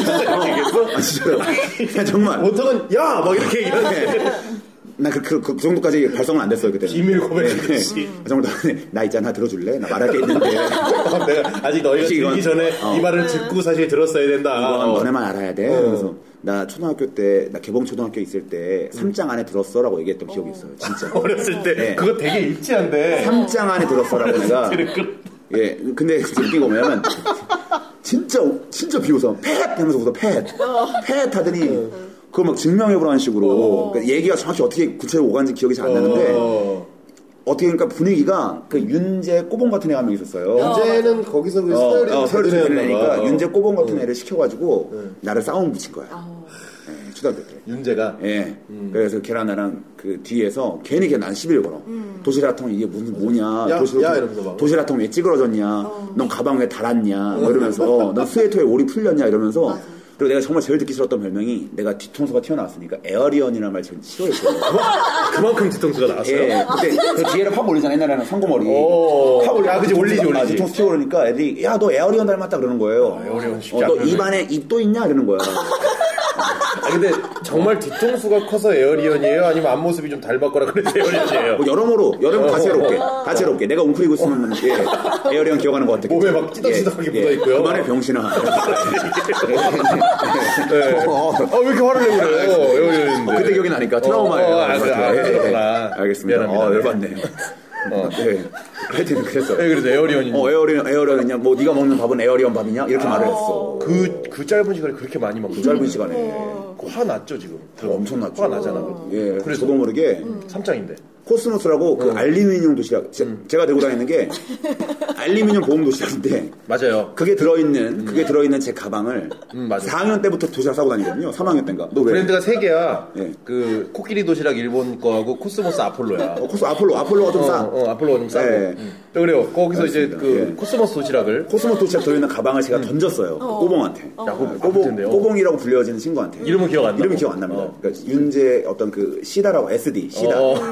Speaker 1: 얘기했어? 아, 진짜요? 그냥 정말. 예.
Speaker 3: 보통은 야! 막 이렇게 얘기하는데
Speaker 1: 나 그, 그, 그 정도까지 발성은 안 됐어요, 그때는.
Speaker 3: 비밀 고백이지.
Speaker 1: 네. 아, 정말 나, 나 있잖아, 들어줄래? 나 말할 게 있는데.
Speaker 3: 어, 내가 아직 너희가
Speaker 1: 혹시 이건-
Speaker 3: 듣기 전에
Speaker 1: 어.
Speaker 3: 이 말을 듣고 사실 들었어야 된다.
Speaker 1: 이건
Speaker 3: 어.
Speaker 1: 너네만 알아야 돼. 그래서 나 초등학교 때, 나 개봉 초등학교 있을 때, 3장 안에 들었어라고 얘기했던 기억이 있어요, 진짜.
Speaker 3: 어렸을 때
Speaker 1: 네.
Speaker 3: 그거 되게 일치한데
Speaker 1: 3장 안에 들었어라고 내가. 예, 근데 웃긴 거 뭐냐면, 진짜, 진짜 비웃어. 팻! 하면서 웃어, 어. 팻. 팻! 하더니, 그거 막 증명해보라는 식으로. 그러니까 얘기가 정확히 어떻게 구체적으로 오가는지 기억이 잘 안 나는데,
Speaker 3: 어.
Speaker 1: 어떻게 그러니까 분위기가 그 윤재 꼬봉 같은 애가 한 명 있었어요.
Speaker 3: 문제는 거기서 그
Speaker 1: 어,
Speaker 3: 스타일이
Speaker 1: 어, 서류
Speaker 3: 제대로
Speaker 1: 내니까
Speaker 3: 했나 봐.
Speaker 1: 윤재 꼬봉 같은 애를 시켜가지고 나를 싸움 붙인 거야. 예, 초등학교 때.
Speaker 3: 윤재가
Speaker 1: 예.
Speaker 3: 음.
Speaker 1: 그래서 걔랑 나랑 그 뒤에서 괜히 걔난 시비를 걸어. 도시락통 이게 무슨 뭐냐.
Speaker 3: 음. 야,
Speaker 1: 도시락통,
Speaker 3: 야, 이러면서 막. 어.
Speaker 1: 도시락통 왜 찌그러졌냐. 넌 가방 왜 달았냐. 뭐 이러면서 넌 스웨터에 올이 풀렸냐 이러면서. 그리고 내가 정말 제일 듣기 싫었던 별명이 내가 뒤통수가 튀어나왔으니까 에어리언이라는 말 제일
Speaker 3: 아,
Speaker 1: 싫어했어요.
Speaker 3: 그만큼 뒤통수가 나왔어요.
Speaker 1: 예, 그때 그 뒤에를 팍 올리잖아 옛날에는 상고머리.
Speaker 3: 아, 오.
Speaker 1: 팍 올리.
Speaker 3: 아, 그치, 올리지,
Speaker 1: 뒤통수- 아,
Speaker 3: 올리지.
Speaker 1: 뒤통수 튀고 그러니까 애들이 야 너 에어리언 닮았다 그러는 거예요.
Speaker 3: 에어리언 쉽지
Speaker 1: 어, 너
Speaker 3: 않네.
Speaker 1: 입안에 입도 있냐 이러는 거야.
Speaker 3: 아, 근데 정말 뒤통수가 커서 에어리언이에요? 아니면 앞모습이 좀 닮았거나 그래서 에어리언이에요? 어,
Speaker 1: 뭐 여러모로 여러모 다채롭게 다채롭게 내가 웅크리고 있으면 예, 에어리언 기억하는 것 같아.
Speaker 3: 몸에 막 찌덕찌덕하게 묻어있고요.
Speaker 1: 그만해 병신아.
Speaker 3: 네.
Speaker 1: 어, 어.
Speaker 3: 아, 왜 이렇게 화를 내고 그래요? 에어리언인데.
Speaker 1: 어, 그때 기억이 나니까 트라우마예요.
Speaker 3: 어, 어, 아, 그래. 아,
Speaker 1: 예, 예.
Speaker 3: 그렇구나.
Speaker 1: 알겠습니다.
Speaker 3: 미안합니다.
Speaker 1: 어, 열받네. 예. 하여튼 그랬어요.
Speaker 3: 네, 그래서 에어리언이.
Speaker 1: 어, 에어리언, 에어리언이냐? 뭐, 네가 먹는 밥은 에어리언 밥이냐? 이렇게 말을 했어.
Speaker 3: 그, 그 짧은 시간에 그렇게 많이 먹는
Speaker 1: 그 짧은 시간에. 어,
Speaker 3: 화 났죠, 지금.
Speaker 1: 엄청 났죠.
Speaker 3: 어. 화 나잖아. 그래도.
Speaker 1: 예, 그래서
Speaker 3: 그래서. 음.
Speaker 1: 저도 모르게
Speaker 3: 삼장인데.
Speaker 1: 코스모스라고
Speaker 3: 어.
Speaker 1: 그 알루미늄 도시락, 제,
Speaker 3: 음.
Speaker 1: 가 들고 다니는 게 알루미늄 보험 도시락인데
Speaker 3: 맞아요.
Speaker 1: 그게 들어있는, 그게 들어있는 제 가방을
Speaker 3: 음, 맞아.
Speaker 1: 4학년 때부터 도시락 싸고 다니거든요. 3학년 때인가. 너 왜?
Speaker 3: 브랜드가 세 개야.
Speaker 1: 예.
Speaker 3: 그 코끼리 도시락 일본 거하고 코스모스 아폴로야.
Speaker 1: 어, 코스 아폴로, 아폴로가 좀 싸.
Speaker 3: 어, 아폴로가 좀 싸고.
Speaker 1: 예.
Speaker 3: 음. 또 그래요. 거기서
Speaker 1: 알겠습니다.
Speaker 3: 이제 그
Speaker 1: 예.
Speaker 3: 코스모스 도시락을
Speaker 1: 코스모스 도시락 들어있는 가방을 제가 던졌어요. 꼬봉한테.
Speaker 3: 음. 야구
Speaker 1: 꼬봉,
Speaker 3: 텐데요.
Speaker 1: 꼬봉이라고 불려지는 친구한테.
Speaker 3: 이름은 기억 안 나고.
Speaker 1: 이름이 기억 안 납니다.
Speaker 3: 어.
Speaker 1: 그러니까 윤재 어떤 그 시다라고 SD, 시다.
Speaker 3: 어.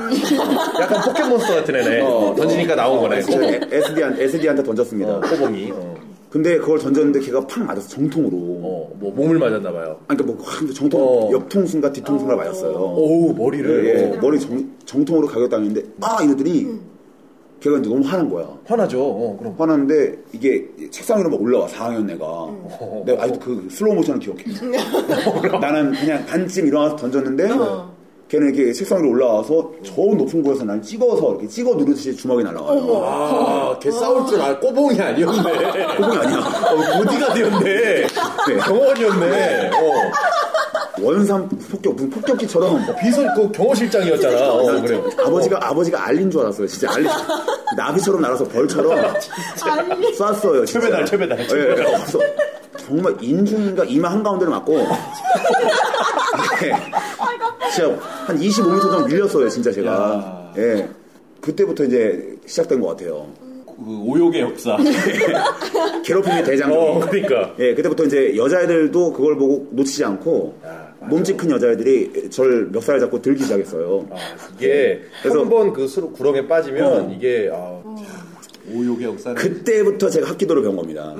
Speaker 3: 약간 포켓몬스터 같은 애네. 던지니까 나온 거네. 꼬봉.
Speaker 1: SD한, SD한테 던졌습니다.
Speaker 3: 어, 꼬봉이. 어.
Speaker 1: 근데 그걸 던졌는데 걔가 팍 맞아서 정통으로.
Speaker 3: 어, 뭐 몸을 맞았나 봐요.
Speaker 1: 아니, 그러니까 뭐 확 정통
Speaker 3: 어.
Speaker 1: 옆통순과 뒤통순과 맞았어요.
Speaker 3: 오우 머리를.
Speaker 1: 예, 예.
Speaker 3: 어.
Speaker 1: 머리 정, 정통으로 가격당했는데 아 이러더니 걔가 이제 너무 화난 거야.
Speaker 3: 화나죠. 어, 그럼.
Speaker 1: 화났는데 이게 책상 위로 막 올라와 4학년 내가 내가 아직도 그 슬로우 모션을 기억해. 나는 그냥 반쯤 일어나서 던졌는데 걔는 이렇게 책상 위로 올라와서 저 높은 곳에서 난 찍어서 이렇게 찍어 누르듯이 주먹이 날라와요.
Speaker 3: 아, 걔 싸울 줄 알, 꼬봉이 아니었네.
Speaker 1: 그게 아니야.
Speaker 3: 어, 보디가드였네. 경호원이었네. 어.
Speaker 1: 원산 폭격 무슨 폭격기처럼
Speaker 3: 비서, 그 경호실장이었잖아. 어, 그래.
Speaker 1: 아버지가 아버지가 알린 줄 알았어요. 진짜 알린 나비처럼 날아서 벌처럼
Speaker 4: 아,
Speaker 1: 쐈어요. 진짜.
Speaker 3: 최배달, 최배달,
Speaker 1: 예,
Speaker 3: 최배달.
Speaker 1: 예. 그래서 정말 인중인가 이마 한 가운데를 맞고 예. 진짜 한 25m 정도 밀렸어요. 진짜 제가 예 그때부터 이제 시작된 것 같아요.
Speaker 3: 그 오욕의 역사.
Speaker 1: 괴롭힘의 대장정.
Speaker 3: 어, 그러니까.
Speaker 1: 예, 그때부터 이제 여자애들도 그걸 보고 놓치지 않고 몸집 큰 여자애들이 저를 멱살 잡고 들기 시작했어요.
Speaker 3: 이게
Speaker 1: 그래서-
Speaker 3: 한 번 그 수로 구렁에 빠지면 이게 아, 오욕의 역사를
Speaker 1: 그때부터 제가 합기도를 배운 겁니다.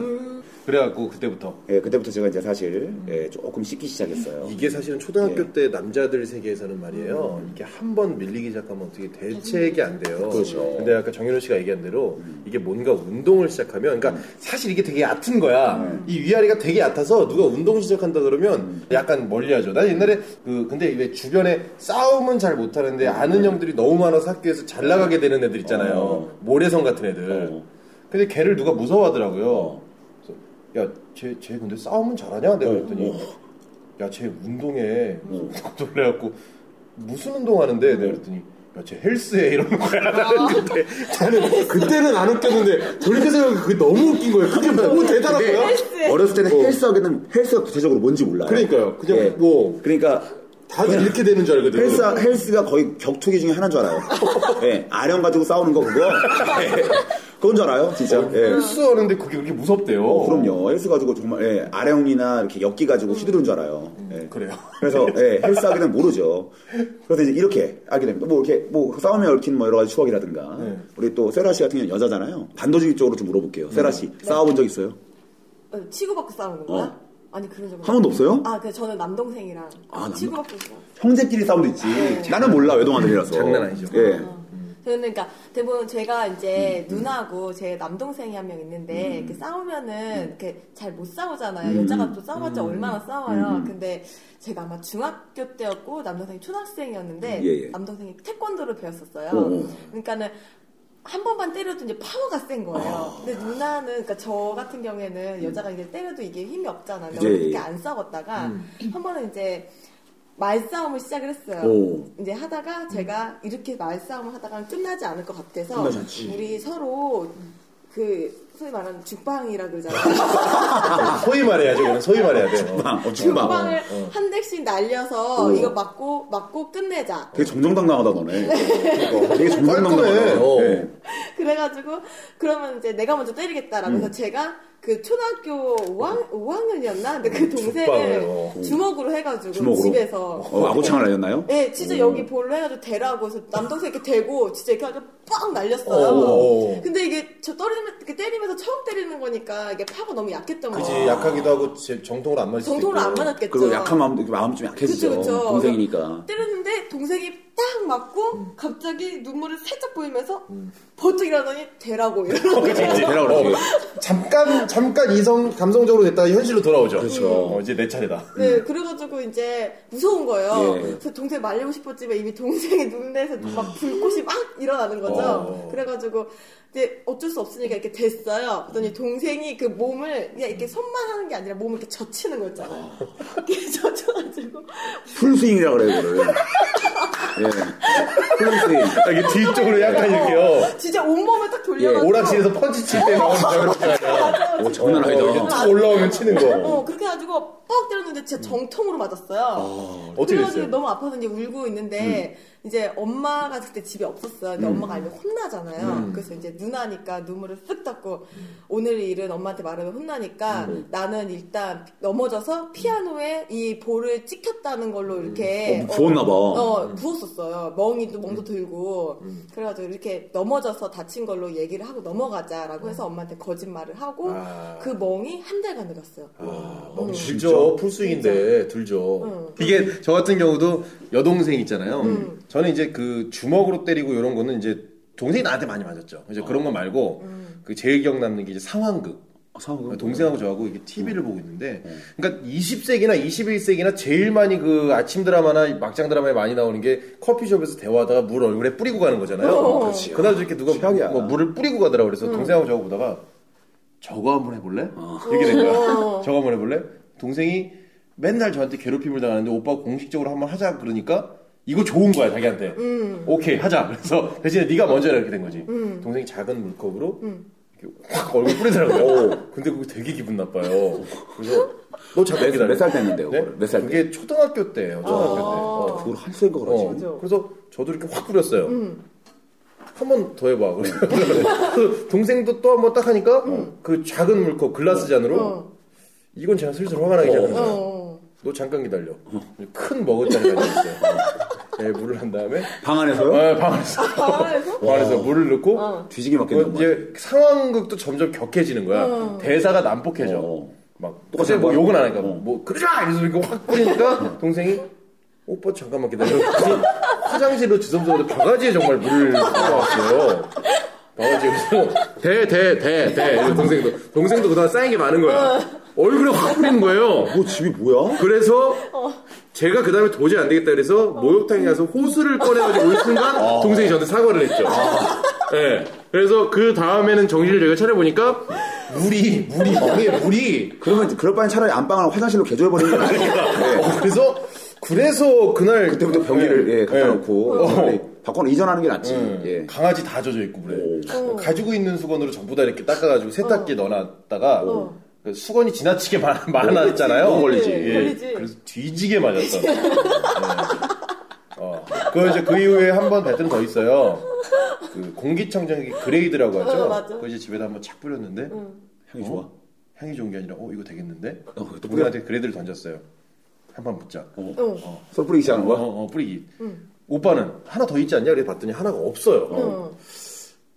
Speaker 3: 그래갖고 그때부터
Speaker 1: 예, 그때부터 제가 이제 사실 예, 조금 씻기 시작했어요.
Speaker 3: 이게 사실은 초등학교
Speaker 1: 예.
Speaker 3: 때 남자들 세계에서는 말이에요. 이게 한 번 밀리기 시작하면 어떻게 대책이 안 돼요.
Speaker 1: 음. 그렇죠. 음.
Speaker 3: 근데 아까 정현우 씨가 얘기한 대로 이게 뭔가 운동을 시작하면, 그러니까 사실 이게 되게 얕은 거야.
Speaker 1: 음.
Speaker 3: 이 위아래가 되게 얕아서 누가 운동 시작한다 그러면 약간 멀리하죠. 난 옛날에 그 근데 왜 주변에 싸움은 잘 못하는데 아는
Speaker 1: 네.
Speaker 3: 형들이 너무 많아서 학교에서 잘 나가게 되는 애들 있잖아요.
Speaker 1: 어.
Speaker 3: 모래성 같은 애들. 근데 걔를 누가 무서워하더라고요. 그래서 야, 쟤, 쟤 근데 싸움은 잘하냐?
Speaker 1: 네.
Speaker 3: 내가 그랬더니
Speaker 1: 어.
Speaker 3: 야, 쟤 운동해. 놀래갖고, 무슨 운동하는데? 내가 그랬더니, 야, 쟤 헬스해. 이러는 거야.
Speaker 1: 아.
Speaker 3: 나는 그때.
Speaker 5: 나는 그때는 안 웃겼는데 돌이켜 생각하면 그게 너무 웃긴 거예요. 그게 너무 대단한 거야.
Speaker 1: 어렸을 때는 헬스하기는 헬스가 구체적으로 뭔지 몰라요.
Speaker 5: 그러니까요. 그냥
Speaker 1: 예.
Speaker 5: 뭐 네.
Speaker 1: 그러니까
Speaker 3: 네.
Speaker 5: 다들 이렇게 되는 줄 알거든.
Speaker 1: 헬스 헬스가 거의 격투기 중에 하나인 줄 알아요. 예, 아령 가지고 싸우는 거 그거. 예, 그건 줄 알아요, 진짜.
Speaker 5: 어. 네.
Speaker 1: 예.
Speaker 3: 헬스 하는데 그게 그렇게 무섭대요.
Speaker 1: 그럼요. 헬스 가지고 정말 예, 아령이나 이렇게 엽기 가지고 휘두른 줄 알아요. 예.
Speaker 3: 그래요.
Speaker 1: 그래서 예, 헬스 하기는 모르죠. 그래서 이제 이렇게 하게 됩니다. 뭐 이렇게 뭐 싸움에 얽힌 뭐 여러 가지 추억이라든가 우리 또 세라 씨 같은 경우는 여자잖아요. 반도주의 쪽으로 좀 물어볼게요. 세라 씨 싸워본 적 있어요?
Speaker 4: 어, 치고받고 싸우는 거야? 아니 그런 적은
Speaker 1: 어. 한 번도 없어요?
Speaker 4: 아, 그 저는 남동생이랑
Speaker 1: 남-
Speaker 4: 치고받고 싸워.
Speaker 1: 형제끼리 싸움도 있지. 나는 몰라 외동아들이라서.
Speaker 3: 장난 아니죠.
Speaker 1: 예.
Speaker 4: 저는 그러니까 대부분 제가 이제 누나하고 제 남동생이 한 명 있는데 이렇게 싸우면은 이렇게 잘 못 싸우잖아요. 여자가 또 싸워봤자 얼마나 싸워요. 근데 제가 아마 중학교 때였고 남동생이 초등학생이었는데
Speaker 1: 예, 예.
Speaker 4: 남동생이 태권도를 배웠었어요.
Speaker 1: 오.
Speaker 4: 그러니까는 한 번만 때려도 이제 파워가 센 거예요. 근데 누나는 그러니까 저 같은 경우에는 여자가 이제 때려도 이게 힘이 없잖아요. 그러니까
Speaker 1: 그치.
Speaker 4: 그렇게 안 싸웠다가 한 번은 이제 말싸움을 시작을 했어요.
Speaker 1: 오.
Speaker 4: 이제 하다가 제가 이렇게 말싸움을 하다가는 끝나지 않을 것 같아서
Speaker 1: 끝나지 않지.
Speaker 4: 우리 서로 그 소위 말하는 죽방이라 그러잖아요.
Speaker 3: 소위 말해야죠. 이건 소위 말해야 돼요.
Speaker 1: 아, 어, 죽방.
Speaker 4: 죽방을 한 대씩 날려서
Speaker 1: 오.
Speaker 4: 이거 맞고 맞고 끝내자.
Speaker 1: 되게 정정당당하다 너네. 그러니까 되게
Speaker 3: 깔끔해.
Speaker 1: 정정당당하다.
Speaker 3: 어.
Speaker 1: 예.
Speaker 4: 그래가지고 그러면 이제 내가 먼저 때리겠다라고
Speaker 1: 음.
Speaker 4: 해서 제가 그 초등학교 5학, 5학년이었나? 근데 그 동생을
Speaker 3: 죽방을, 어.
Speaker 4: 주먹으로 해가지고
Speaker 1: 아, 주먹으로?
Speaker 4: 집에서
Speaker 1: 어, 아구창을 날렸나요?
Speaker 4: 네, 진짜
Speaker 1: 음.
Speaker 4: 여기 볼로 해가지고 대라고 해서 남동생 이렇게 대고 진짜 이렇게 아주 빵 날렸어요.
Speaker 3: 오.
Speaker 4: 근데 이게 저 때리면, 이렇게 때리면서 처음 때리는 거니까 이게 파가 너무 약했던
Speaker 3: 그지
Speaker 4: 거예요.
Speaker 3: 약하기도 하고 제- 정통으로 안 맞을 수도
Speaker 4: 정통으로 안
Speaker 3: 있고. 어,
Speaker 4: 맞았겠죠.
Speaker 1: 그리고 약한 마음, 마음 좀
Speaker 4: 그쵸,
Speaker 1: 약해지죠.
Speaker 4: 그쵸.
Speaker 1: 동생이니까. 음.
Speaker 4: 때렸는데 동생이 딱 맞고 갑자기 눈물을 살짝 보이면서 번쩍 일어나니 대라고 이러는 거예요.
Speaker 1: 대라
Speaker 3: 어,
Speaker 1: 그러지.
Speaker 3: 잠깐 잠깐 이성 감성적으로 됐다가 현실로 돌아오죠. 그렇죠. 이제 내 차례다.
Speaker 4: 네, 그래가지고 이제 무서운 거예요.
Speaker 1: 예.
Speaker 4: 그래서 동생 말리고 싶었지만 이미 동생의 눈에서 막 불꽃이 막 일어나는 거죠.
Speaker 3: 음. 어.
Speaker 4: 그래가지고 이제 어쩔 수 없으니까 이렇게 됐어요. 그랬더니
Speaker 3: 음.
Speaker 4: 동생이 그 몸을 그냥 이렇게 손만 하는 게 아니라 몸을 이렇게 젖히는 거 있잖아요. 이렇게 젖혀가지고
Speaker 1: 풀스윙이라 그래요, 그거를. 예. 풀스윙.
Speaker 3: 아, 이게 뒤쪽으로
Speaker 1: 어.
Speaker 3: 약간 이렇게요.
Speaker 4: 진짜 온몸을 딱 돌려가지고
Speaker 3: 네, 예, 오락실에서 펀치 칠 때 나오는 거잖아요. 어,
Speaker 1: 오, 장난 아니다.
Speaker 3: 이게 툭 올라오면 치는 거.
Speaker 4: 어, 그렇게 해가지고 뻑 때렸는데 진짜 정통으로 맞았어요.
Speaker 3: 어떻게
Speaker 4: 그래가지고
Speaker 3: 됐어요?
Speaker 4: 너무 아파서 이제 울고 있는데 이제 엄마가 그때 집에 없었어요. 근데 엄마가 알면 혼나잖아요. 그래서 이제 누나니까 눈물을 쓱 닦고 오늘 일은 엄마한테 말하면 혼나니까 나는 일단 넘어져서 피아노에 이 볼을 찍혔다는 걸로 이렇게
Speaker 1: 어, 부었나 봐.
Speaker 4: 어, 부었었어요. 멍이도 멍도 들고 그래가지고 이렇게 넘어져서 다친 걸로 얘기를 하고 넘어가자라고 해서 엄마한테 거짓말을 하고
Speaker 3: 아.
Speaker 4: 그 멍이 한 달간 늘었어요.
Speaker 3: 어, 들죠. 풀스윙인데 들죠. 이게 저 같은 경우도 여동생 있잖아요. 저는 이제 그 주먹으로 때리고 이런 거는 이제 동생이 나한테 많이 맞았죠. 이제 그런 거 말고 그 제일 기억 남는 게 이제 상황극.
Speaker 1: 아, 상황은?
Speaker 3: 동생하고 저하고 이게 TV를 보고 있는데, 그러니까 20세기나 21세기나 제일 많이 그 아침 드라마나 막장 드라마에 많이 나오는 게 커피숍에서 대화하다가 물 얼굴에 뿌리고 가는 거잖아요. 그렇지. 그날도 이렇게 누가
Speaker 1: 최악이야.
Speaker 3: 뭐 물을 뿌리고 가더라고 그래서 동생하고 저하고 보다가 저거 한번 해볼래?
Speaker 1: 어.
Speaker 3: 이렇게 된 거야. 저거 한번 해볼래? 동생이 맨날 저한테 괴롭힘을 당하는데 오빠가 공식적으로 한번 하자 그러니까 이거 좋은 거야 자기한테. 오케이 하자. 그래서 대신에 네가 먼저 해라 이렇게 된 거지. 동생이 작은 물컵으로 이렇게 확 얼굴 뿌리더라고요. 근데 그거 되게 기분 나빠요. 그래서 너 잠깐 기다려.
Speaker 1: 몇살 때였는데요,
Speaker 3: 네?
Speaker 1: 그걸? 몇살 때?
Speaker 3: 그게 초등학교 때예요. 초등학교 때. 어.
Speaker 1: 그걸 할 생각을
Speaker 3: 어,
Speaker 1: 하지.
Speaker 3: 그래서 저도 이렇게 확 뿌렸어요. 한 번 더 해봐. 그래서 동생도 또 한 번 딱 하니까 그 작은 물컵 글라스 잔으로 이건 제가 슬슬 화가 나기 시작한 거예요.
Speaker 4: 어.
Speaker 3: 너 잠깐 기다려. 큰 머그잔이 있어요. 예, 물을 한 다음에
Speaker 1: 방 안에서요?
Speaker 3: 어, 방 안에서
Speaker 4: 방안에서?
Speaker 3: 방 안에서 물을 넣고
Speaker 1: 뒤지게
Speaker 3: 뭐
Speaker 1: 맞겠는 거야.
Speaker 3: 이제 상황극도 점점 격해지는 거야. 대사가 난폭해져.
Speaker 1: 어.
Speaker 3: 막
Speaker 1: 똑같이
Speaker 3: 똑같이 뭐
Speaker 1: 하는 거야?
Speaker 3: 욕은 안 하니까
Speaker 1: 어.
Speaker 3: 뭐 그러지 마 이러면서 이렇게 확 뿌리니까 동생이 오빠 잠깐만 기다려. 그래서 화장실로 주섬주섬 바가지에 정말 물을 넣어왔어요. 바가지에서 대대대대 동생도 동생도 그동안 쌓인 게 많은 거야. 얼굴에 확 뿌리는 거예요.
Speaker 1: 뭐 집이 뭐야?
Speaker 3: 그래서 제가 그 다음에 도저히 안 되겠다 그래서 목욕탕에 가서 호수를 꺼내가지고 올 순간 동생이 저한테 사과를 했죠. 예. 그래서 그 다음에는 정신을 저희가 차려보니까 물이, 물이, 방에 물이.
Speaker 1: 그러면 그럴 바엔 차라리 안방을 화장실로 개조해버리는 게
Speaker 3: 그러니까.
Speaker 1: 낫겠다. 예.
Speaker 3: 그래서, 그래서 그날.
Speaker 1: 그때부터 변기를
Speaker 3: 예,
Speaker 1: 예, 갖다
Speaker 3: 예.
Speaker 1: 놓고
Speaker 3: 어. 음.
Speaker 1: 차라리 바꿔놓 이전하는 게 낫지. 예.
Speaker 3: 강아지 다 젖어 있고 그래. 가지고 있는 수건으로 전부 다 이렇게 닦아가지고 세탁기에 넣어놨다가 그 수건이 지나치게 많, 많았잖아요. 예.
Speaker 4: 너무 네, 걸리지. 걸리지.
Speaker 3: 그래서 뒤지게 맞았어. 네. 어. 그 이제 그 이후에 한 번 뱉은 더 있어요. 그 공기청정기 그레이드라고 하죠.
Speaker 4: 어, 맞아.
Speaker 3: 그거 이제 집에다 한번 착 뿌렸는데
Speaker 1: 향이 좋아.
Speaker 3: 어? 향이 좋은 게 아니라 어 이거 되겠는데?
Speaker 1: 어, 또 뿌려.
Speaker 3: 우리한테 그레이드를 던졌어요. 한번 묻자.
Speaker 4: 어.
Speaker 1: 서로 뿌리기 시작하는
Speaker 3: 어,
Speaker 1: 거야?
Speaker 3: 어, 뿌리기. 오빠는 하나 더 있지 않냐? 그래 봤더니 하나가 없어요.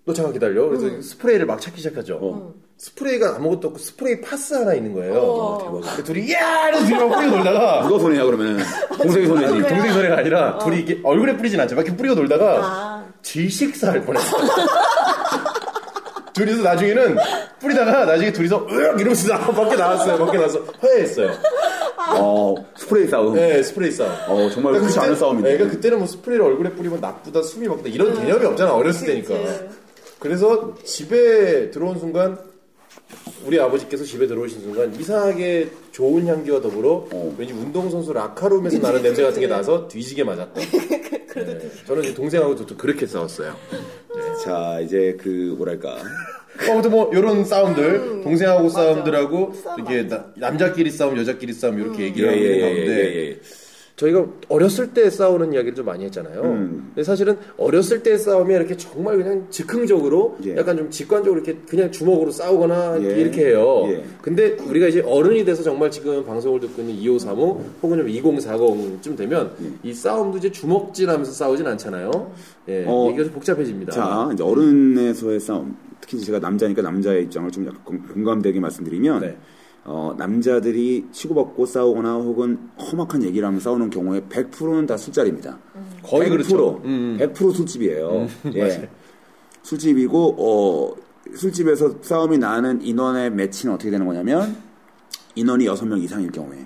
Speaker 3: 너 잠깐 기다려. 그래서 스프레이를 막 찾기 시작하죠. 스프레이가 아무것도 없고 스프레이 파스 하나 있는 거예요. 근데 둘이 야! 이러면서 뒤로 뿌리고 놀다가
Speaker 1: 누가 손해야 그러면? 동생이
Speaker 3: 아,
Speaker 1: 손해지.
Speaker 4: 그래요?
Speaker 3: 동생 소리가 아니라 둘이 이게 얼굴에 뿌리진 않죠. 막 이렇게 뿌리고 놀다가
Speaker 4: 아.
Speaker 3: 질식사할 뻔했어요. 둘이서 나중에는 뿌리다가 나중에 둘이서 으악 이러면서 나- 밖에 나왔어요. 밖에 나와서 화해했어요.
Speaker 1: 어, 스프레이 싸움.
Speaker 3: 네, 스프레이 싸움.
Speaker 1: 어, 정말 그렇지 않은 싸움인데.
Speaker 3: 그러니까 그때는 뭐 스프레이를 얼굴에 뿌리면 나쁘다, 숨이 막다 이런 개념이 없잖아 어렸을
Speaker 4: 음. 그치.
Speaker 3: 때니까. 그래서 집에 들어온 순간 우리 아버지께서 집에 들어오신 순간 이상하게 좋은 향기와 더불어 왠지 운동선수 라카룸에서 나는 냄새 같은 게 나서 뒤지게 맞았다. 네, 저는 이제 동생하고 저도 그렇게 싸웠어요.
Speaker 1: 자, 이제 그, 뭐랄까.
Speaker 3: 아무튼 뭐 이런 싸움들, 동생하고 음. 싸움들하고
Speaker 4: 싸움
Speaker 3: 이게 음. 나- 남자끼리 싸움, 여자끼리 싸움 이렇게 얘기를
Speaker 1: 예,
Speaker 3: 하는
Speaker 1: 예, 예,
Speaker 3: 가운데
Speaker 1: 예, 예.
Speaker 3: 저희가 어렸을 때 싸우는 이야기를 좀 많이 했잖아요. 근데 사실은 어렸을 때 싸움이 이렇게 정말 그냥 즉흥적으로
Speaker 1: 예.
Speaker 3: 약간 좀 직관적으로 이렇게 그냥 주먹으로 싸우거나
Speaker 1: 예.
Speaker 3: 이렇게 해요.
Speaker 1: 예.
Speaker 3: 근데 우리가 이제 어른이 돼서 정말 지금 방송을 듣고 있는 2535 혹은 좀 2040쯤 되면 이 싸움도 이제 주먹질 하면서 싸우진 않잖아요. 예.
Speaker 1: 어.
Speaker 3: 얘기가 좀 복잡해집니다.
Speaker 1: 자, 이제 어른에서의 싸움. 특히 이제 제가 남자니까 남자의 입장을 좀 약간 공감되게 말씀드리면,
Speaker 3: 네.
Speaker 1: 어, 남자들이 치고받고 싸우거나 혹은 험악한 얘기를 하면 싸우는 경우에 100%는 다 술자리입니다. 음,
Speaker 3: 거의
Speaker 1: 100%,
Speaker 3: 그렇죠. 음,
Speaker 1: 100% 술집이에요. 예. 술집이고, 어, 술집에서 싸움이 나는 인원의 매치는 어떻게 되는 거냐면, 인원이 6명 이상일 경우에,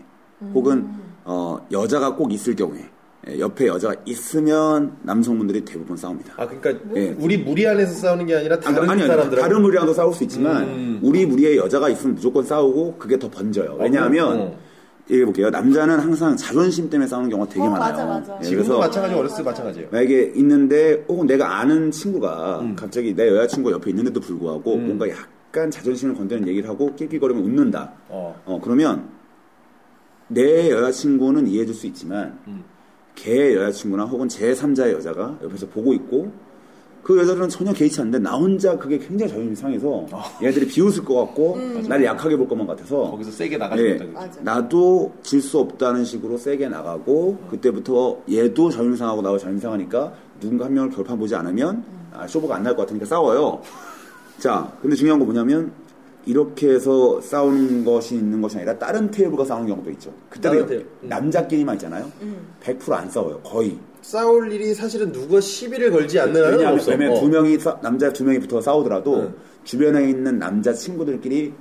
Speaker 1: 혹은,
Speaker 3: 음.
Speaker 1: 어, 여자가 꼭 있을 경우에, 예, 옆에 여자가 있으면 남성분들이 대부분 싸웁니다.
Speaker 3: 아 그러니까
Speaker 1: 예.
Speaker 3: 우리 무리 안에서 싸우는 게 아니라 다른
Speaker 1: 아니, 아니, 아니,
Speaker 3: 사람들하고 음.
Speaker 1: 다른 무리랑도 싸울 수 있지만 우리 무리에 여자가 있으면 무조건 싸우고 그게 더 번져요. 왜냐하면
Speaker 3: 어.
Speaker 1: 얘기해 볼게요. 남자는 항상 자존심 때문에 싸우는 경우가 되게
Speaker 4: 어,
Speaker 1: 많아요.
Speaker 4: 맞아, 맞아.
Speaker 1: 예,
Speaker 3: 지금도
Speaker 1: 그래서
Speaker 3: 마찬가지 어렸을 때 마찬가지예요. 음.
Speaker 1: 만약에 있는데 혹은 내가 아는 친구가 갑자기 내 여자친구 옆에 있는데도 불구하고 뭔가 약간 자존심을 건드는 얘기를 하고 낄낄거리며 웃는다.
Speaker 3: 어.
Speaker 1: 어, 그러면 내 여자친구는 이해해줄 수 있지만
Speaker 3: 음.
Speaker 1: 걔 여자친구나 혹은 제3자의 여자가 옆에서 보고 있고 그 여자들은 전혀 개의치 않는데 나 혼자 그게 굉장히 자존심이 상해서 얘들이 비웃을 것 같고 나를 약하게 볼 것만 같아서
Speaker 3: 어. 거기서 세게
Speaker 1: 예,
Speaker 3: 나가겠다.
Speaker 4: 맞아.
Speaker 1: 나도 질 수 없다는 식으로 세게 나가고
Speaker 4: 음.
Speaker 1: 그때부터 얘도 자존심상하고 나도 자존심상하니까 누군가 한 명을 결판 보지 않으면
Speaker 4: 음.
Speaker 1: 아, 쇼부가 안 날 것 같으니까 싸워요. 자, 근데 중요한 건 뭐냐면 이렇게 해서 싸우는 것이 있는 것이 아니라 다른 테이블과 싸우는 경우도 있죠. 그때도
Speaker 3: 다른
Speaker 1: 여-
Speaker 3: 테이블. 음.
Speaker 1: 남자끼리만 있잖아요.
Speaker 4: 음.
Speaker 1: 100%안 싸워요. 거의.
Speaker 3: 싸울 일이 사실은 누가 시비를 걸지 않는 한은
Speaker 1: 왜냐하면
Speaker 3: 없어.
Speaker 1: 두
Speaker 3: 어.
Speaker 1: 명이 싸- 남자 두 명이 붙어 싸우더라도
Speaker 3: 음.
Speaker 1: 주변에 있는 남자 친구들끼리